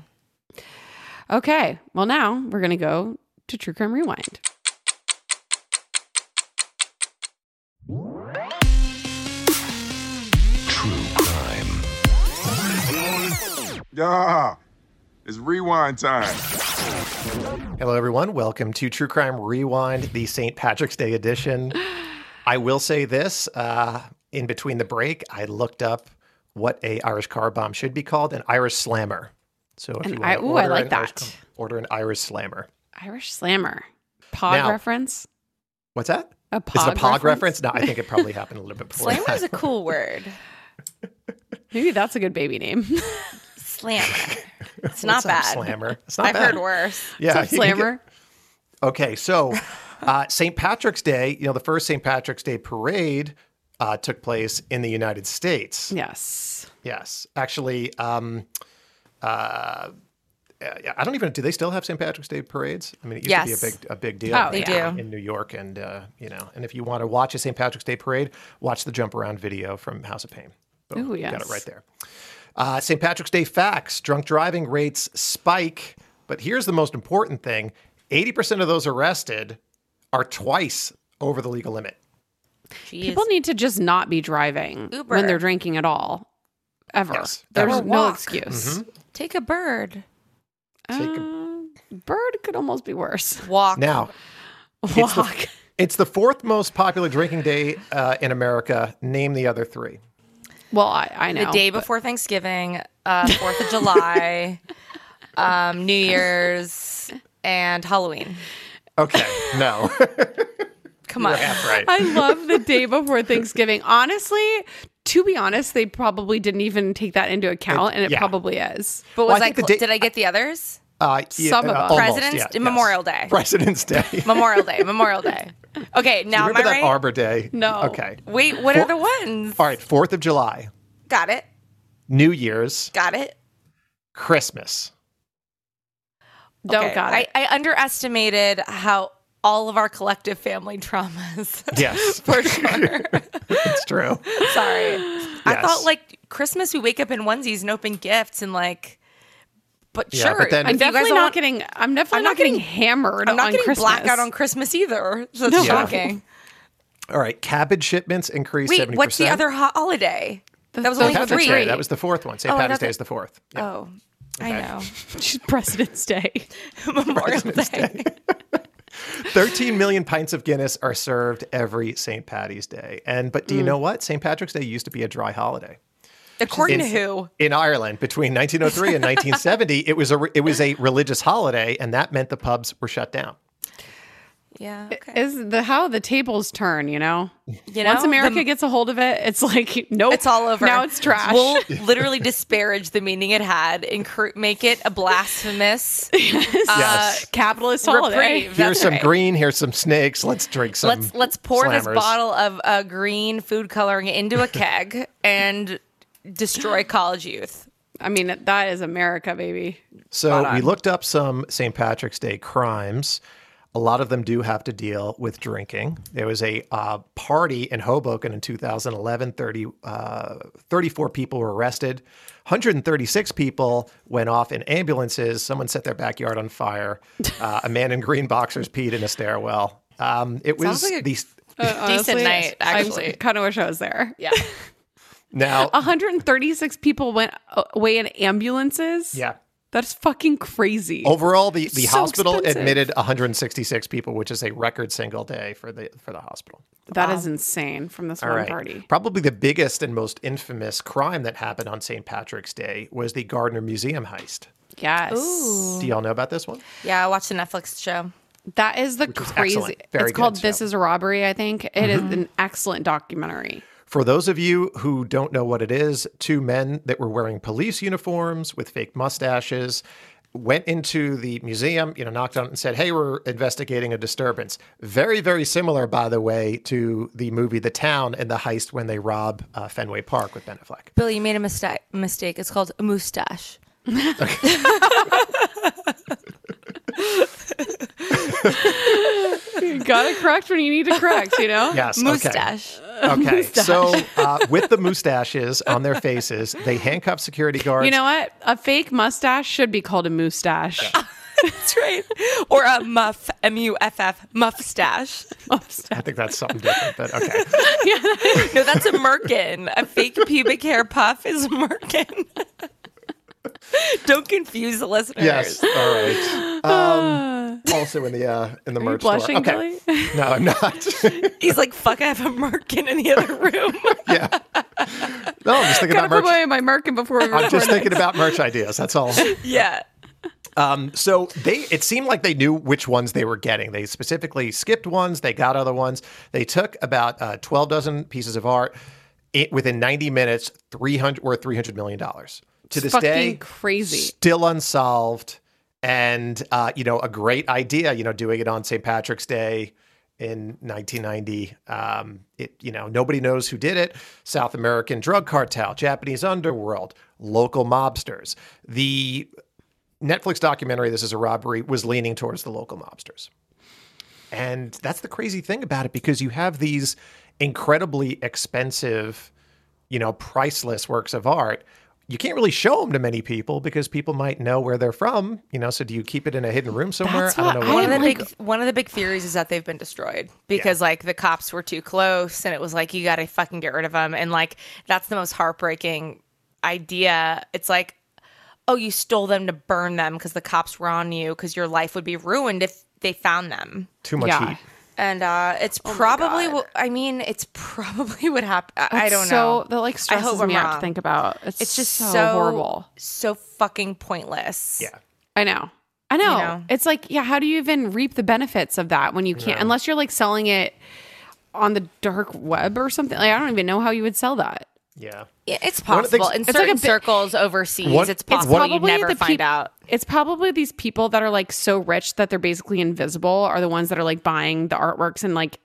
Okay, well now we're gonna go to True Crime Rewind. Yeah, it's rewind time. Hello, everyone. Welcome to True Crime Rewind, the St. Patrick's Day edition. I will say this uh, in between the break, I looked up what a Irish car bomb should be called an Irish slammer. So if An you I- want to ooh, I order like an Irish that. com- order an Irish slammer. Irish Slammer, Pog Now- reference. What's that? A Is pog, it a pog reference? No, I think it probably happened a little bit before. Slammer that. is a cool word. Maybe that's a good baby name. [laughs] [laughs] Slammer. It's not What's up, bad. Slammer. It's not I've bad. heard worse. Yeah, you can get- Slammer. Okay, so uh, St. Patrick's Day, you know, the first St. Patrick's Day parade uh, took place in the United States. Yes. Yes, actually, um, uh, uh, I don't even. Do they still have St. Patrick's Day parades? I mean, it used Yes. to be a big a big deal. Oh, they in- do. in New York, and uh, you know, and if you want to watch a St. Patrick's Day parade, watch the jump around video from House of Pain. Boom, Ooh, you got it yes. right there. Uh, St. Patrick's Day facts: drunk driving rates spike, but here's the most important thing: eighty percent of those arrested are twice over the legal limit. Jeez. People need to just not be driving Uber. when they're drinking at all, ever. Yes. There's Or no walk. excuse. Take a bird. Mm-hmm. Take a- Uh, bird could almost be worse. [laughs] Walk. Now, It's the- Walk. It's the fourth most popular drinking day uh, in America. Name the other three. Well, I, I know. the day before Thanksgiving, uh, Fourth [laughs] of July, um, New Year's, and Halloween. Okay, [laughs] no, Come on, right. I love the day before Thanksgiving. Honestly, to be honest, they probably didn't even take that into account, and it yeah. probably is. but Well, was I I? think the cl- day- did I get the others? Uh, yeah, Some of uh, them. almost, President's yeah, yes. Memorial Day. President's [laughs] Day. Memorial Day. Memorial Day. Okay, now am I Remember that right? Arbor Day? No. Okay. Wait, what are Four- the ones? All right. Fourth of July, Got it. New Year's, Got it. Christmas. Don't Okay, oh, got it. I, I underestimated how all of our collective family traumas. [laughs] Yes, for sure. [laughs] it's true. Sorry. I Yes. thought like Christmas we wake up in onesies and open gifts and like but Yeah, sure. but then- if I'm you guys definitely don't not want- getting. I'm definitely I'm not, not getting, getting- hammered I'm not on getting Christmas. blackout on Christmas either. So it's No. shocking. All right. Cabbage shipments increased Wait, seventy percent. what's the other ho- holiday? That was those only were the three. Oh, three. That was the fourth one. St. I Patrick's thought- Day is the fourth. Yeah. Oh, I know. [laughs] President's Day. [laughs] Memorial Day. Thirteen million pints of Guinness are served every St. Patty's Day. And but do Mm. you know what? St. Patrick's Day used to be a dry holiday. According to in- who? in Ireland between 1903 and 1970, it was a it was a religious holiday, and that meant the pubs were shut down. Yeah. Okay. Is the how the tables turn? You know. you Once know, America the- gets a hold of it, it's like [laughs] nope, it's all over. Now it's trash. [laughs] We'll literally disparage the meaning it had and cr- make it [laughs] a blasphemous uh, Yes. Capitalist holiday. reprieve. here's That's some right. green. Here's some snakes. Let's drink some. let's let's pour slammers. this bottle of uh, green food coloring into a keg and destroy college youth. I mean, that is America, baby. So we looked up some St. Patrick's Day crimes. A lot of them do have to deal with drinking. There was a uh, party in Hoboken in 2011. 30, uh, 34 people were arrested. 136 people went off in ambulances. Someone set their backyard [laughs] on fire. Uh, a man in green boxers peed in a stairwell. Um, it was like a- the Uh, [laughs] Decent night, I'm- actually. [laughs] I kind of wish I was there. Yeah. [laughs] Now, Oh. 136 people went away in ambulances. yeah. Oh, That's fucking crazy. Overall, the, the So hospital expensive. admitted 166 people, which is a record single day for the for the hospital. That is insane from this All one right. party. Probably the biggest and most infamous crime that happened on St. Patrick's Day was the Gardner Museum heist. Yes. Do y'all know about this one? Yeah, I watched a Netflix show. That is the is crazy. excellent. Very it's called good This show. Is Mm-hmm. a Robbery, I think. It is an excellent documentary. For those of you who don't know what it is, two men that were wearing police uniforms with fake mustaches went into the museum, you know, knocked on it and said, "Hey, we're investigating a disturbance." Very, very similar, by the way, to the movie The Town and the heist when they rob uh, Fenway Park with Ben Affleck. Billy, you made a mistake. Mistake. It's called mustache. You gotta correct when you need [laughs] to correct, you know? Yes, okay. Mustache. [laughs] Okay, so uh, with the mustaches on their faces, they handcuff security guards. You know what? A fake mustache should be called a mustache. [laughs] [laughs] That's right. Or a muff. M U F F. Muffstache. I think that's something different, [laughs] but okay. No, that's a merkin. A fake pubic hair puff is a merkin. [laughs] Don't confuse the listeners. Yes, all right. [sighs] Um, also in the uh, in the you merch blushing, store. Okay. No, I'm not. [laughs] He's like, fuck, I have a merkin in the other room. [laughs] yeah. No, I'm just thinking Gotta put about merch. away my merkin before we I'm record. just thinking about merch ideas. [laughs] That's all. yeah. Um, So they, it seemed like they knew which ones they were getting. They specifically skipped ones. They got other ones. They took about uh, 12 dozen pieces of art. It, within 90 minutes, 300 worth 300 million dollars. To this fucking day, crazy. still unsolved and uh, you know a great idea you know doing it on st patrick's day in 1990 um, it you know nobody knows who did it south american drug cartel japanese underworld local mobsters the netflix documentary this is a robbery was leaning towards the local mobsters and that's the crazy thing about it because you have these incredibly expensive, you know, priceless works of art. You can't really show them to many people because people might know where they're from, you know. So do you keep it in a hidden room somewhere? That's I don't what know. I One of the am like- big one of the big theories is that they've been destroyed because like the cops were too close and it was like you got to fucking get rid of them and like that's the most heartbreaking idea. It's like oh you stole them to burn them because the cops were on you because your life would be ruined if they found them. Too much Yeah. heat. And uh it's probably what I mean it's [laughs] probably what happened. I, I don't so, know. That like I hope stresses I'm me out to wrong. think about. It's, it's just so, horrible. So fucking pointless. Yeah. I know. I know. know? It's like, yeah, how do you even reap the benefits of that when you can't, unless you're like selling it on the dark web or something? Like, I don't even know how you would sell that. Yeah. Yeah, It's One of the possible. things- In like a certain bit- circles overseas, One- it's it's possible you Probably never the find peop- out. It's probably these people that are like so rich that they're basically invisible are the ones that are like buying the artworks and like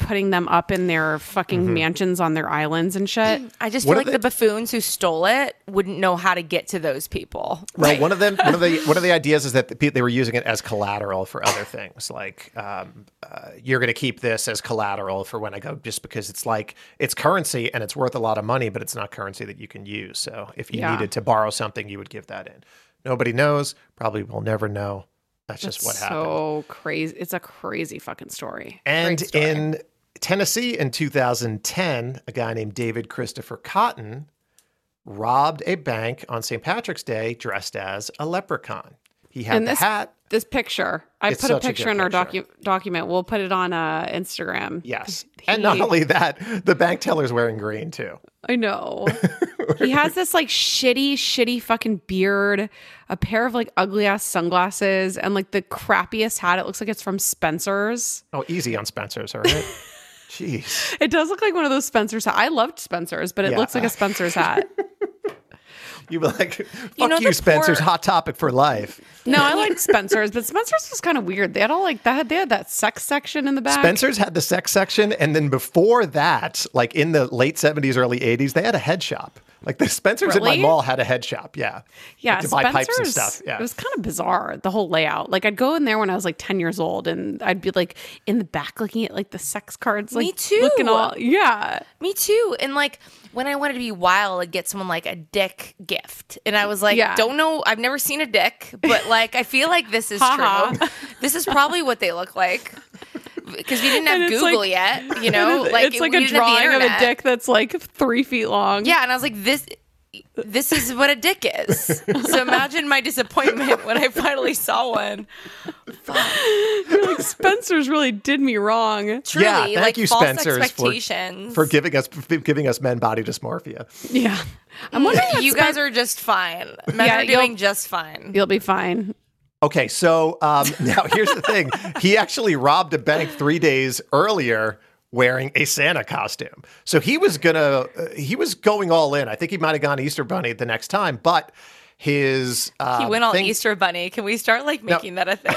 putting them up in their fucking mansions on their islands and shit. I just What feel are like the the- buffoons who stole it wouldn't know how to get to those people. Well, one of them, one [laughs] of the one of the ideas is that the, pe- they were using it as collateral for other things. Like, um, uh, you're going to keep this as collateral for when I go, just because it's like it's currency and it's worth a lot of money, but it's not currency that you can use. So, if you Yeah. needed to borrow something, you would give that in. Nobody knows. Probably will never know. That's just what happened. So crazy. It's a crazy fucking story. And Great story. in Tennessee in 2010, a guy named David Christopher Cotton robbed a bank on St. Patrick's Day dressed as a leprechaun. He had And the this- hat. this picture, I It's put a such a picture good in our picture. docu- document. We'll put it on uh, Instagram. Yes. And not only that, the bank teller's wearing green too. I [laughs] know. he has this like shitty, shitty fucking beard, a pair of like ugly ass sunglasses, and like the crappiest hat. It looks like it's from Spencer's. Oh, easy on Spencer's, all right? Jeez. It does look like one of those Spencer's hats. I loved Spencer's, but it Yeah. looks like a Spencer's [laughs] hat. You were like, fuck you, know the Spencer's, poor- hot topic for life. no, I liked Spencer's, but Spencer's was kind of weird. They had all like that. They had that sex section in the back. Spencer's had the sex section. And then before that, like in the late 70s, early 80s, they had a head shop. Like the Spencer's in Really? my mall had a head shop. Yeah. yeah, Like, to buy Spencer's. pipes and stuff. Yeah. It was kind of bizarre the whole layout. Like I'd go in there when I was like ten years old, and I'd be like in the back looking at like the sex cards. Like Me too. Looking all yeah. Me too. And like when I wanted to be wild, I'd get someone like a dick gift. And I was like, Yeah. don't know. I've never seen a dick, but like I feel like this is Ha ha. true. this is probably what they look like. because we didn't have And it's Google like- yet. You [laughs] know, like it's it- like we a didn't have the drawing of a internet. dick that's like three feet long. [laughs] Yeah, and I was like this this is what a dick is. [laughs] So imagine my disappointment when I finally saw one. Spencer's really did me wrong. Truly, yeah, thank like you, false Spencer's, for, expectations. for giving us for giving us men body dysmorphia. Yeah. I'm wondering if [laughs] you guys are just fine. Men Yeah, are doing just fine. You'll be fine. Okay, so um, [laughs] now here's the thing: he actually robbed a bank three days earlier wearing a Santa costume. So he was gonna uh, he was going all in. I think he might have gone Easter Bunny the next time, but his uh, He went all thing- Easter Bunny. Can we start like making that [laughs] a thing?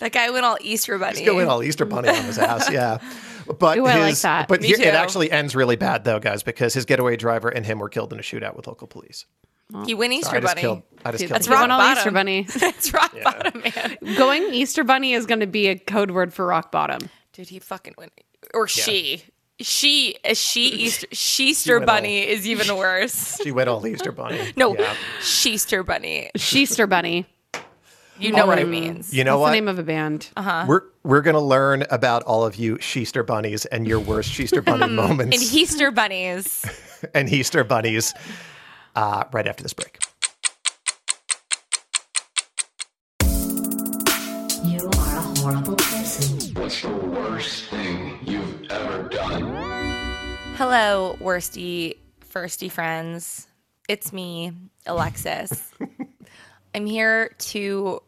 that guy went all Easter Bunny. He's going all Easter Bunny on his [laughs] ass, yeah. But Ooh, his, I like that. but Me here, too. it actually ends really bad though, guys, because his getaway driver and him were killed in a shootout with local police. He went Easter I just Bunny. [laughs] killed. I just killed. That's That's him. rock rock bottom. Easter bunny. [laughs] That's rock bottom, man. Going Easter bunny is going to be a code word for rock bottom. Dude, he fucking went or she. She a [laughs] she Easter Sheester went all- Bunny is [laughs] even worse. She went all [laughs] Easter Bunny. No, Yeah. Sheester Bunny. Sheester bunny. You know what right. it means. You know That's what? the name of a band. We're we're gonna learn about all of you Sheester bunnies and your worst [laughs] Sheester bunny moments And Heaster bunnies. and Easter bunnies uh, right after this break. You are a horrible person. Hello, worsty firsty friends. It's me, Alexis. I'm here to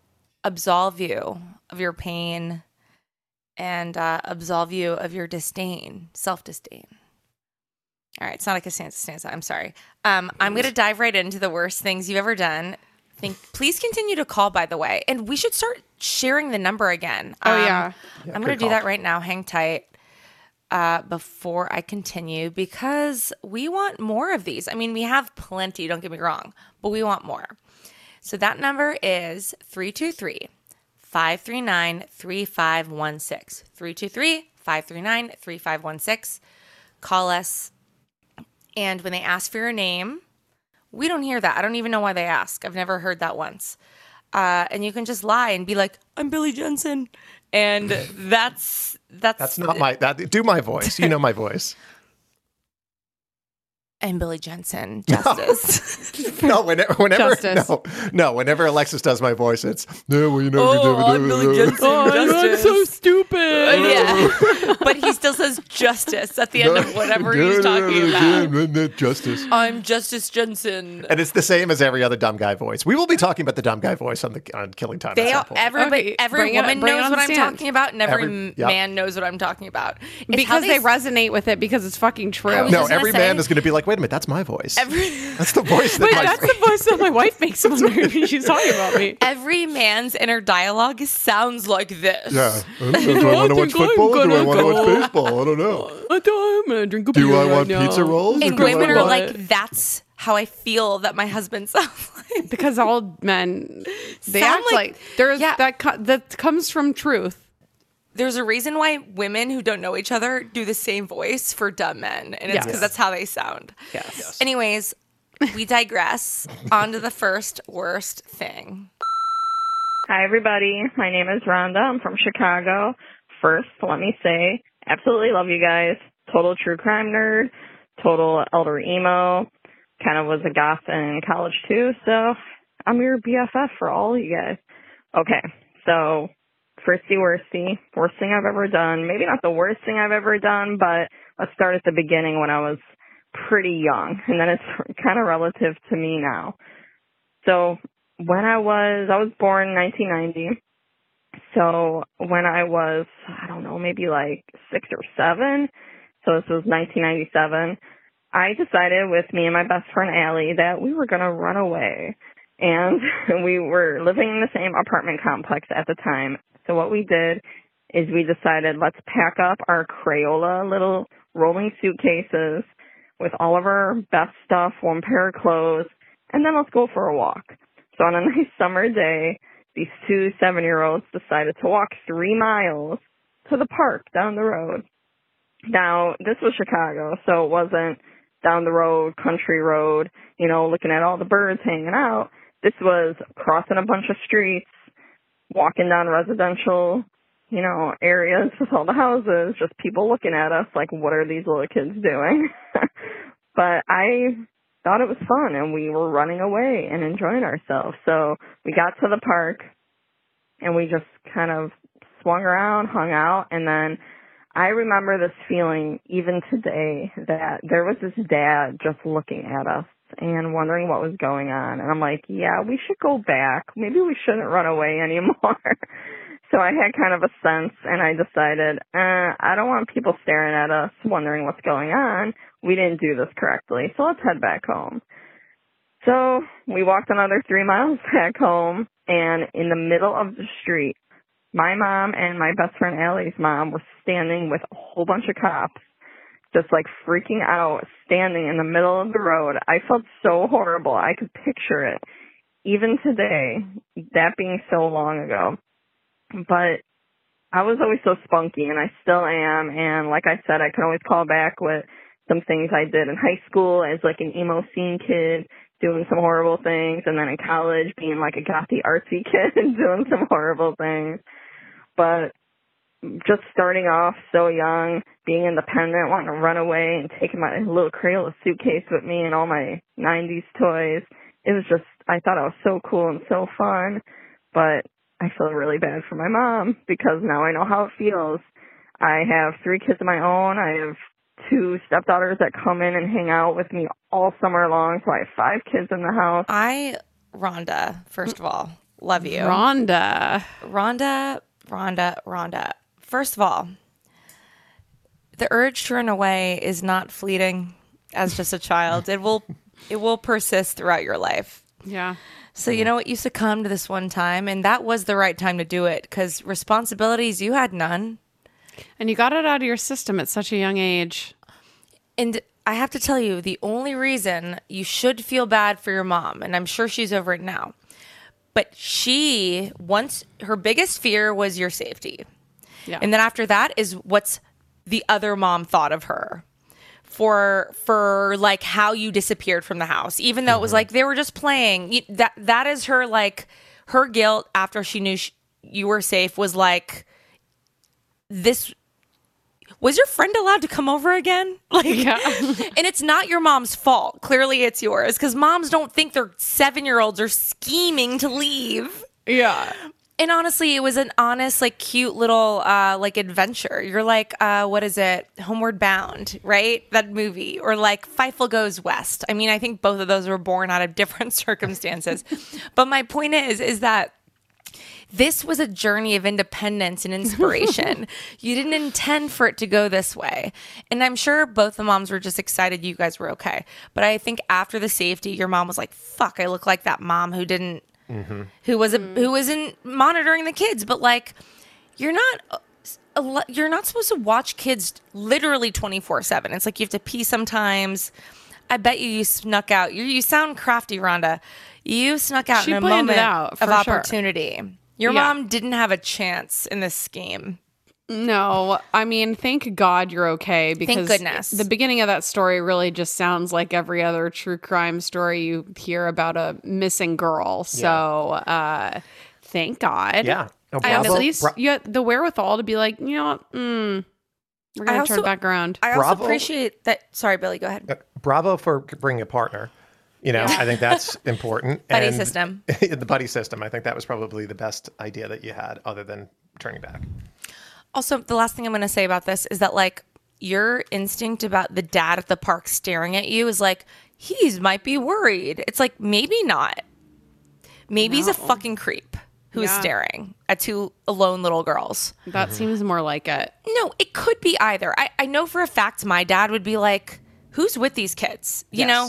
absolve you of your pain and uh, absolve you of your disdain, self disdain. All right, it's not like a stance, stance. I'm sorry. Um, I'm going to dive right into the worst things you've ever done. Think, please continue to call, by the way. And we should start sharing the number again. Um, Oh, yeah. I'm going to good do call. that right now. Hang tight uh, before I continue because we want more of these. I mean, we have plenty, don't get me wrong, but we want more. So that number is 323 539 3516. 323 539 3516. Call us. And when they ask for your name, we don't hear that. I don't even know why they ask. I've never heard that once. Uh, and you can just lie and be like, "I'm Billy Jensen," [laughs] and that's that's That's not my that do my voice. You know [laughs] my voice. I'm Billy Jensen. Justice. [laughs] No, whenever, whenever Justice. no, no, whenever Alexis does my voice, it's no, well, you know, you Oh, know, you know, you [laughs] know." [laughs] stupid. Oh, [laughs] yeah, [laughs] but he still says justice at the end [laughs] of [laughs] whatever [laughs] he's talking about. Justice. I'm Justice Jensen. And it's the same as every other dumb guy voice. We will be talking about the dumb guy voice on the on Killing Time. They at some all, point. everybody, Okay, every bring it- woman bring it knows on what I'm stand. talking about, and every, Every- yeah. man knows what I'm talking about It's how Because they s- resonate with it because it's fucking true. was no, just gonna every say- man is going to be like, wait a minute, that's my voice. every- that's the voice that Wait, my that's the voice that my wife makes when [laughs] she's talking about me. every man's inner dialogue sounds like this. Yeah. I don't know. Do I want to watch think I'm football? Do I gonna want to watch go. baseball? I don't know. I thought I'm gonna drink a Do beer I right want now. pizza rolls? And Do I women are want- Right. like, that's how I feel that my husband [laughs] sounds like. Because all men, they Sound act like- like, there's yeah. that co- that comes from truth. There's a reason why women who don't know each other do the same voice for dumb men, and it's Yes. because that's how they sound. Yes. Yes. Anyways, we digress. [laughs] On to the first worst thing. Hi, everybody. My name is Rhonda. I'm from Chicago. First, let me say, absolutely love you guys. Total true crime nerd, total elder emo. Kind of was a goth in college too, so I'm your BFF for all you guys. Okay, so firsty worsty, worst thing I've ever done. Maybe not the worst thing I've ever done, but let's start at the beginning when I was pretty young, and then it's [laughs] kind of relative to me now. So when I was, I was born in 1990. So when I was, I don't know, maybe like six or seven. So this was 1997. I decided with me and my best friend Allie that we were going to run away. And [laughs] we were living in the same apartment complex at the time. So what we did is we decided let's pack up our Crayola little rolling suitcases with all of our best stuff, one pair of clothes, and then let's go for a walk. So on a [laughs] nice summer day, these two seven year olds decided to walk three miles to the park down the road. Now, this was Chicago, so it wasn't down the road, country road, you know, looking at all the birds hanging out. This was crossing a bunch of streets, walking down residential you know, areas with all the houses, just people looking at us like, what are these little kids doing? [laughs] but I thought it was fun and we were running away and enjoying ourselves. So we got to the park and we just kind of swung around, hung out, and then I remember this feeling even today that there was this dad just looking at us and wondering what was going on. And I'm like, yeah, we should go back. Maybe we shouldn't run away [laughs] anymore. so I had kind of a sense and I decided, uh, I don't want people staring at us wondering what's going on. We didn't do this correctly. So let's head back home. So we walked another three miles [laughs] back home and in the middle of the street, my mom and my best friend Allie's mom were standing with a whole bunch of cops, just like freaking out, standing in the middle of the road. I felt so horrible. I could picture it. Even today, that being so long ago. But I was always so spunky and I still am. And like I said, I can always call back with some things I did in high school as like an emo scene kid doing some horrible things and then in college being like a gothy artsy [laughs] kid doing some horrible things but just starting off so young, being independent, wanting to run away and taking my little Crayola suitcase with me and all my 90s toys. It was just, I thought it was so cool and so fun, but I feel really bad for my mom because now I know how it feels. I have three kids of my own. I have two stepdaughters that come in and hang out with me all summer long. So I have five kids in the house. I, Rhonda, first of all, love you. Rhonda. Rhonda, Rhonda, Rhonda. First of all, the urge to run away is not fleeting as just a child. It will it will persist throughout your life. Yeah. So you know what you succumbed to this one time and that was the right time to do it cuz responsibilities you had none. And you got it out of your system at such a young age. And I have to tell you, the only reason you should feel bad for your mom, and I'm sure she's over it now, but she once her biggest fear was your safety. Yeah. And then after that is what's the other mom thought of her for for like how you disappeared from the house, even though it was like they were just playing. You- That that is her like her guilt after she knew sh you were safe was like this was your friend allowed to come over again? [laughs] Like, and it's not your mom's fault. Clearly, it's yours because moms don't think their seven year olds are scheming to leave. yeah. And honestly, it was an honest, like, cute little, uh, like, adventure. You're like, uh, what is it? Homeward Bound, right? That movie, or like Feifel Goes West. I mean, I think both of those were born out of different [laughs] circumstances. but my point is, is that this was a journey of independence [laughs] and inspiration. you didn't intend for it to go this way. And I'm sure both the moms were just excited you guys were okay. But I think after the safety, your mom was like, fuck, I look like that mom who didn't Mm-hmm. who was a, who isn't monitoring the kids but like you're not uh, s- a lo- you're not supposed to watch kids literally 24/7 it's like you have to pee sometimes i bet you you snuck out you you sound crafty rhonda you snuck out She in a planned it moment out, of for sure. opportunity your Yeah. mom didn't have a chance in this scheme No, I mean, thank God you're okay because goodness. the beginning of that story really just sounds like every other true crime story you hear about a missing girl. So, uh, thank God. Yeah. No, I Bravo- at least Bra- you had the wherewithal to be like, you know what? Mm, we're going I to also- turn back around. i also Bravo. appreciate that sorry billy go ahead Uh, bravo for bringing a partner. You know, I [laughs] think that's important. Buddy And- system. [laughs] the buddy system. I think that was probably the best idea that you had, other than turning back. Also, the last thing I'm going to say about this is that like your instinct about the dad at the park staring at you is like he's might be worried. It's like maybe not. Maybe he's a fucking creep who's Yeah. staring at two alone little girls. That seems more like it. No, it could be either. I, I know for a fact my dad would be like, who's with these kids? You Yes. know,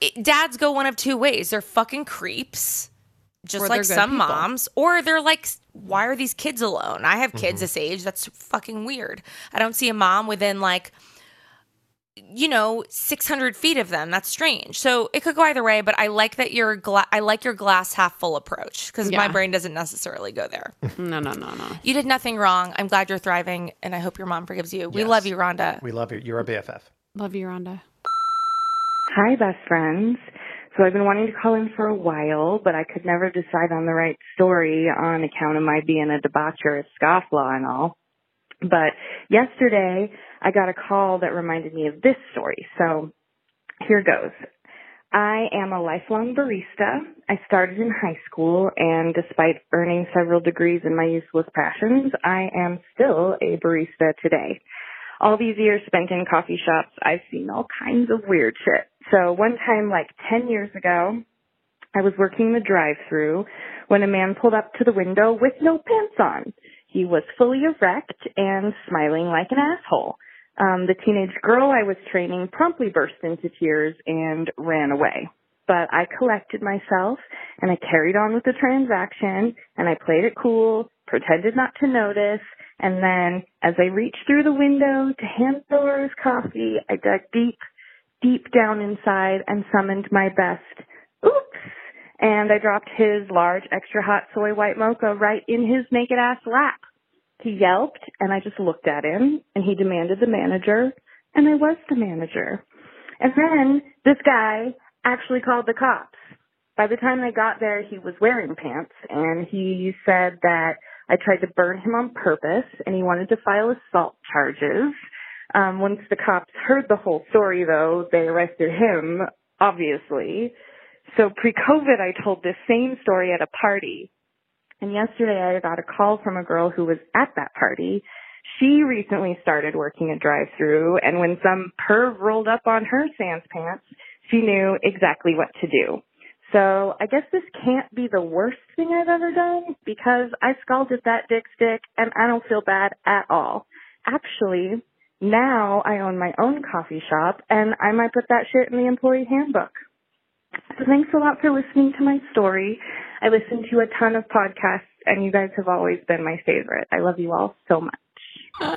it, dads go one of two ways. They're fucking creeps, just Or they're like good some people. moms, or they're like, why are these kids alone? I have Mm-hmm. kids this age. That's fucking weird. I don't see a mom within like, you know, 600 feet of them. That's strange. So it could go either way, but I like that your gla- I like your glass half full approach because my Yeah. brain doesn't necessarily go there. No, no, no, no. You did nothing wrong. I'm glad you're thriving, and I hope your mom forgives you. We Yes. love you, Rhonda. We love you. You're a BFF. Love you, Rhonda. Hi, best friends. So So I've been wanting to call in for a while, but I could never decide on the right story on account of my being a debaucherous scofflaw and all. But yesterday, I got a call that reminded me of this story. So here goes. I am a lifelong barista. I started in high school, and despite earning several degrees in my useless passions, I am still a barista today. All these years spent in coffee shops, I've seen all kinds of weird shit. So one time, like 10 years ago, I was working the drive through when a man pulled up to the window with no pants on. He was fully erect and smiling like an asshole. Um, the teenage girl I was training promptly burst into tears and ran away. But I collected myself and I carried on with the transaction and I played it cool, pretended not to notice, and then as I reached through the window to hand over his coffee, I dug deep, deep down inside and summoned my best oops. And I dropped his large extra hot soy white mocha right in his naked ass lap. He yelped and I just looked at him and he demanded the manager and I was the manager. And then this guy actually called the cops. By the time they got there, he was wearing pants and he said that I tried to burn him on purpose and he wanted to file assault charges. Um, once the cops heard the whole story though, they arrested him, obviously. So pre-COVID, I told this same story at a party and yesterday I got a call from a girl who was at that party. She recently started working at drive through and when some perv rolled up on her sans pants, she knew exactly what to do. So I guess this can't be the worst thing I've ever done because I scalded that dick's dick and I don't feel bad at all. Actually, now I own my own coffee shop and I might put that shit in the employee handbook. So thanks a lot for listening to my story. I listen to a ton of podcasts, and you guys have always been my favorite. I love you all so much.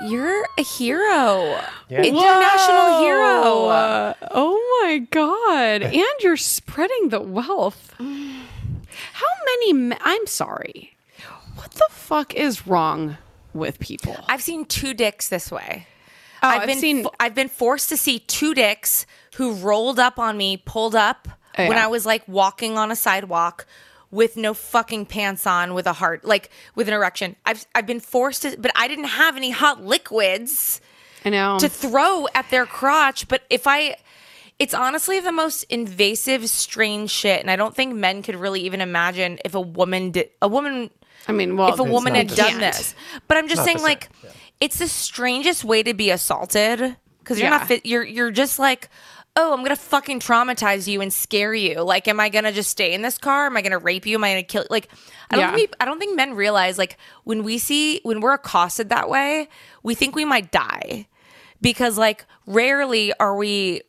You're a hero. Yeah. International hero. Uh, oh my god! [laughs] And you're spreading the wealth. How many? Me- I'm sorry. What the fuck is wrong with people? I've seen two dicks this way. Oh, I've, I've been seen- I've been forced to see two dicks who rolled up on me, pulled up Yeah. when I was like walking on a sidewalk with no fucking pants on with a heart like with an erection. I've I've been forced to but I didn't have any hot liquids I know. to throw at their crotch, but if I it's honestly the most invasive strange shit and I don't think men could really even imagine if a woman did a woman I mean, well, if a woman not had the done same. this. But I'm just not saying, the same, like, it's the strangest way to be assaulted because you're Yeah. not fit. You're you're just like, oh, I'm gonna fucking traumatize you and scare you. Like, am I gonna just stay in this car? Am I gonna rape you? Am I gonna kill? Like, I don't Yeah. think we, I don't think men realize like when we see when we're accosted that way, we think we might die because like rarely are we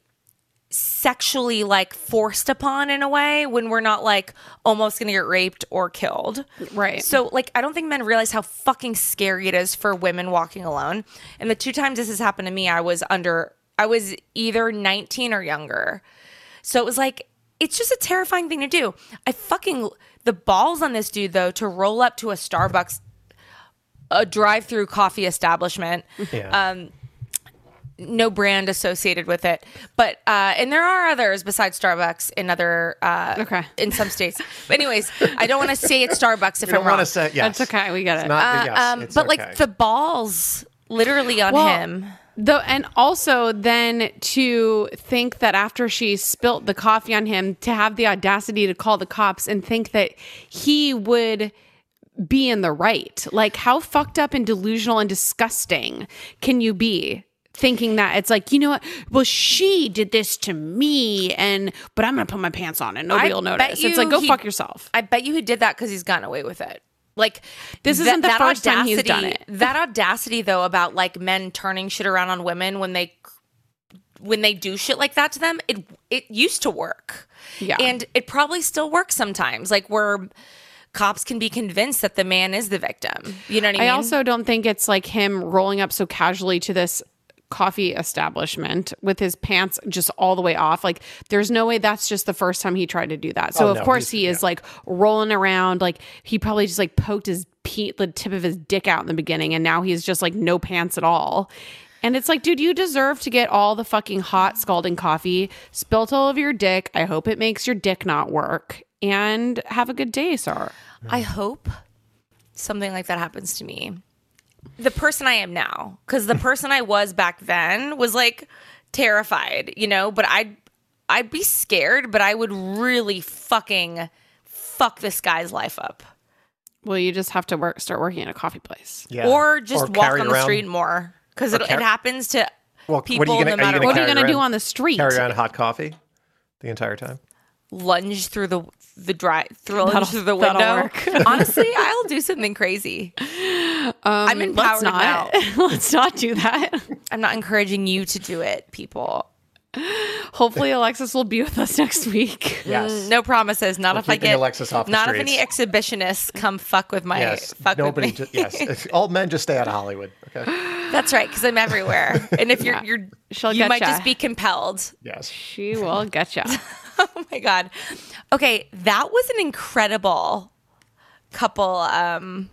sexually like forced upon in a way when we're not like almost gonna get raped or killed Right. so like i don't think men realize how fucking scary it is for women walking alone and the two times this has happened to me i was under i was either 19 or younger so it was like it's just a terrifying thing to do i fucking the balls on this dude though to roll up to a starbucks a drive-through coffee establishment Yeah. um no brand associated with it but uh and there are others besides starbucks in other uh Okay. in some states but anyways i don't want to say it's starbucks if I don't i'm wrong want to say yes. That's okay. We get It's it. not the Uh, yes. um, it's but okay. like the balls literally on Well, him Though, and also then to think that after she spilt the coffee on him, to have the audacity to call the cops and think that he would be in the right. Like, how fucked up and delusional and disgusting can you be? Thinking that it's like, you know what? Well, she did this to me, and but I'm gonna put my pants on and nobody I will bet notice. It's you like, go he- fuck yourself. I bet you he did that because he's gotten away with it. Like This isn't the first time he's done it. [laughs] That audacity, though, about like men turning shit around on women when they when they do shit like that to them, it it used to work. Yeah. and it probably still works sometimes. Like where cops can be convinced that the man is the victim. You know what I, I mean? also don't think it's like him rolling up so casually to this coffee establishment with his pants just all the way off. Like, there's no way that's just the first time he tried to do that. So, Oh, of no, course, he's- he is like rolling around. Like, he probably just like poked his pe- the tip of his dick out in the beginning, and now he's just like no pants at all. And it's like, dude, you deserve to get all the fucking hot scalding coffee spilt all over your dick. I hope it makes your dick not work. And have a good day, sir. I hope something like that happens to me. The person I am now, because the person I was back then was like terrified, you know. But I'd I'd be scared, but I would really fucking fuck this guy's life up, Well, you just have to work start working at a coffee place. Yeah. or just walk carry on the around- street more, because it, car- it happens to Well, what are you people gonna- no are you matter what. gonna What are you Carry gonna do around- on the street? Carry around hot coffee the entire Mm, time. Lunge through the the drive through That'll- through the that'll window. work. [laughs] Honestly, I'll do something crazy. Um, I'm Let's empowered now. not. [laughs] Let's not do that. I'm not encouraging you to do it, people. Hopefully, Alexis will be with us next week. Yes. No promises. Not We're if I keeping get Alexis off the Not if streets. any exhibitionists come fuck with my Yes. fuck Nobody. with me. [laughs] Just, yes. If- All men just stay out of Hollywood. Okay. That's right, because I'm [laughs] everywhere. And if you're you're She'll you might getcha. just be compelled. [laughs] [sighs] Yes. She will get ya. Oh my god. Okay, that was an incredible couple um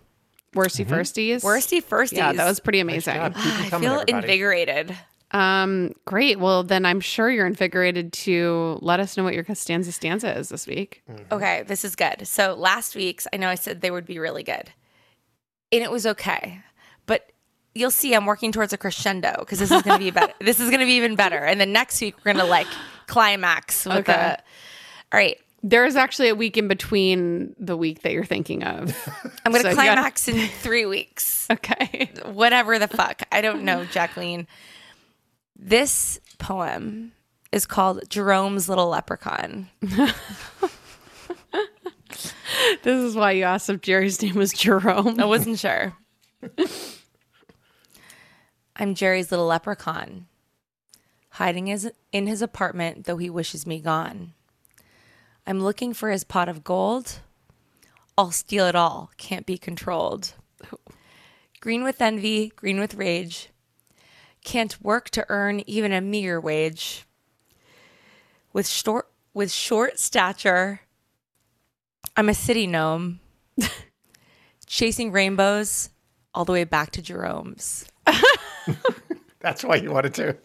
Worsty Mm-hmm. firsties. worsty firsties. Yeah, that was pretty amazing. God, keep them I coming, feel everybody. invigorated. Um, great. Well, then I'm sure you're invigorated to let us know what your Costanza stanza is this week. Mm. Okay, this is good. So last week's, I know I said they would be really good, and it was okay, but you'll see I'm working towards a crescendo because this is going to [laughs] be better. This is going to be even better, and then next week we're going to like climax with Okay. the. All right, There is actually a week in between the week that you're thinking [laughs] of. I'm going So to you gotta- climax in three weeks. okay. Whatever the fuck, I don't know, Jacqueline. This poem is called Jerome's Little Leprechaun. This is why you asked if Jerry's name was Jerome. [laughs] I wasn't sure. I'm Jerry's little leprechaun, hiding his, in his apartment, though he wishes me gone. I'm looking for his pot of gold. I'll steal it all, can't be controlled. Green with envy, green with rage. Can't work to earn even a meager wage. With short, with short stature, I'm a city gnome chasing rainbows all the way back to Jerome's. That's why you wanted to.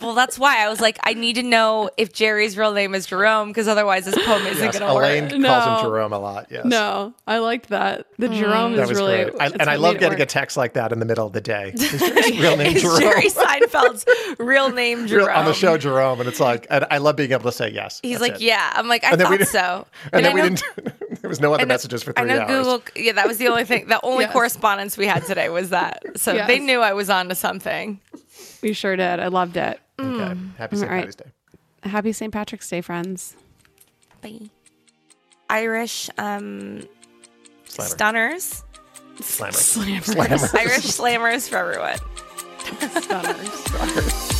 Well, that's why I was like, I need to know if Jerry's real name is Jerome, because otherwise this poem isn't Yes. going to work. Elaine calls No. him Jerome a lot. Yes. No, I liked that. The Jerome That is was really great. I, it's and I what made love it getting a work. text like that in the middle of [laughs] the day. Is Jerry's real name It's Jerome? Jerry [laughs] Seinfeld's real name Jerome. Real- on the show Jerome, and it's like, and I love being able to say yes. He's That's like, it. yeah. I'm like, I And then we thought so. didn't- [laughs] And, then I we know- didn't. [laughs] there was no other I know- messages for I three know hours. Google. Yeah, that was the only thing. The only Yes. correspondence we had today was that. So Yes. they knew I was on to something. We sure did. I loved it. Okay. mm. Happy St. right. Patty's Day. Happy St. Patrick's Day, friends. Bye. Irish um, Slammer. stunners, Slammer. Slammers. Slammer. Irish slammers for everyone. Slammers.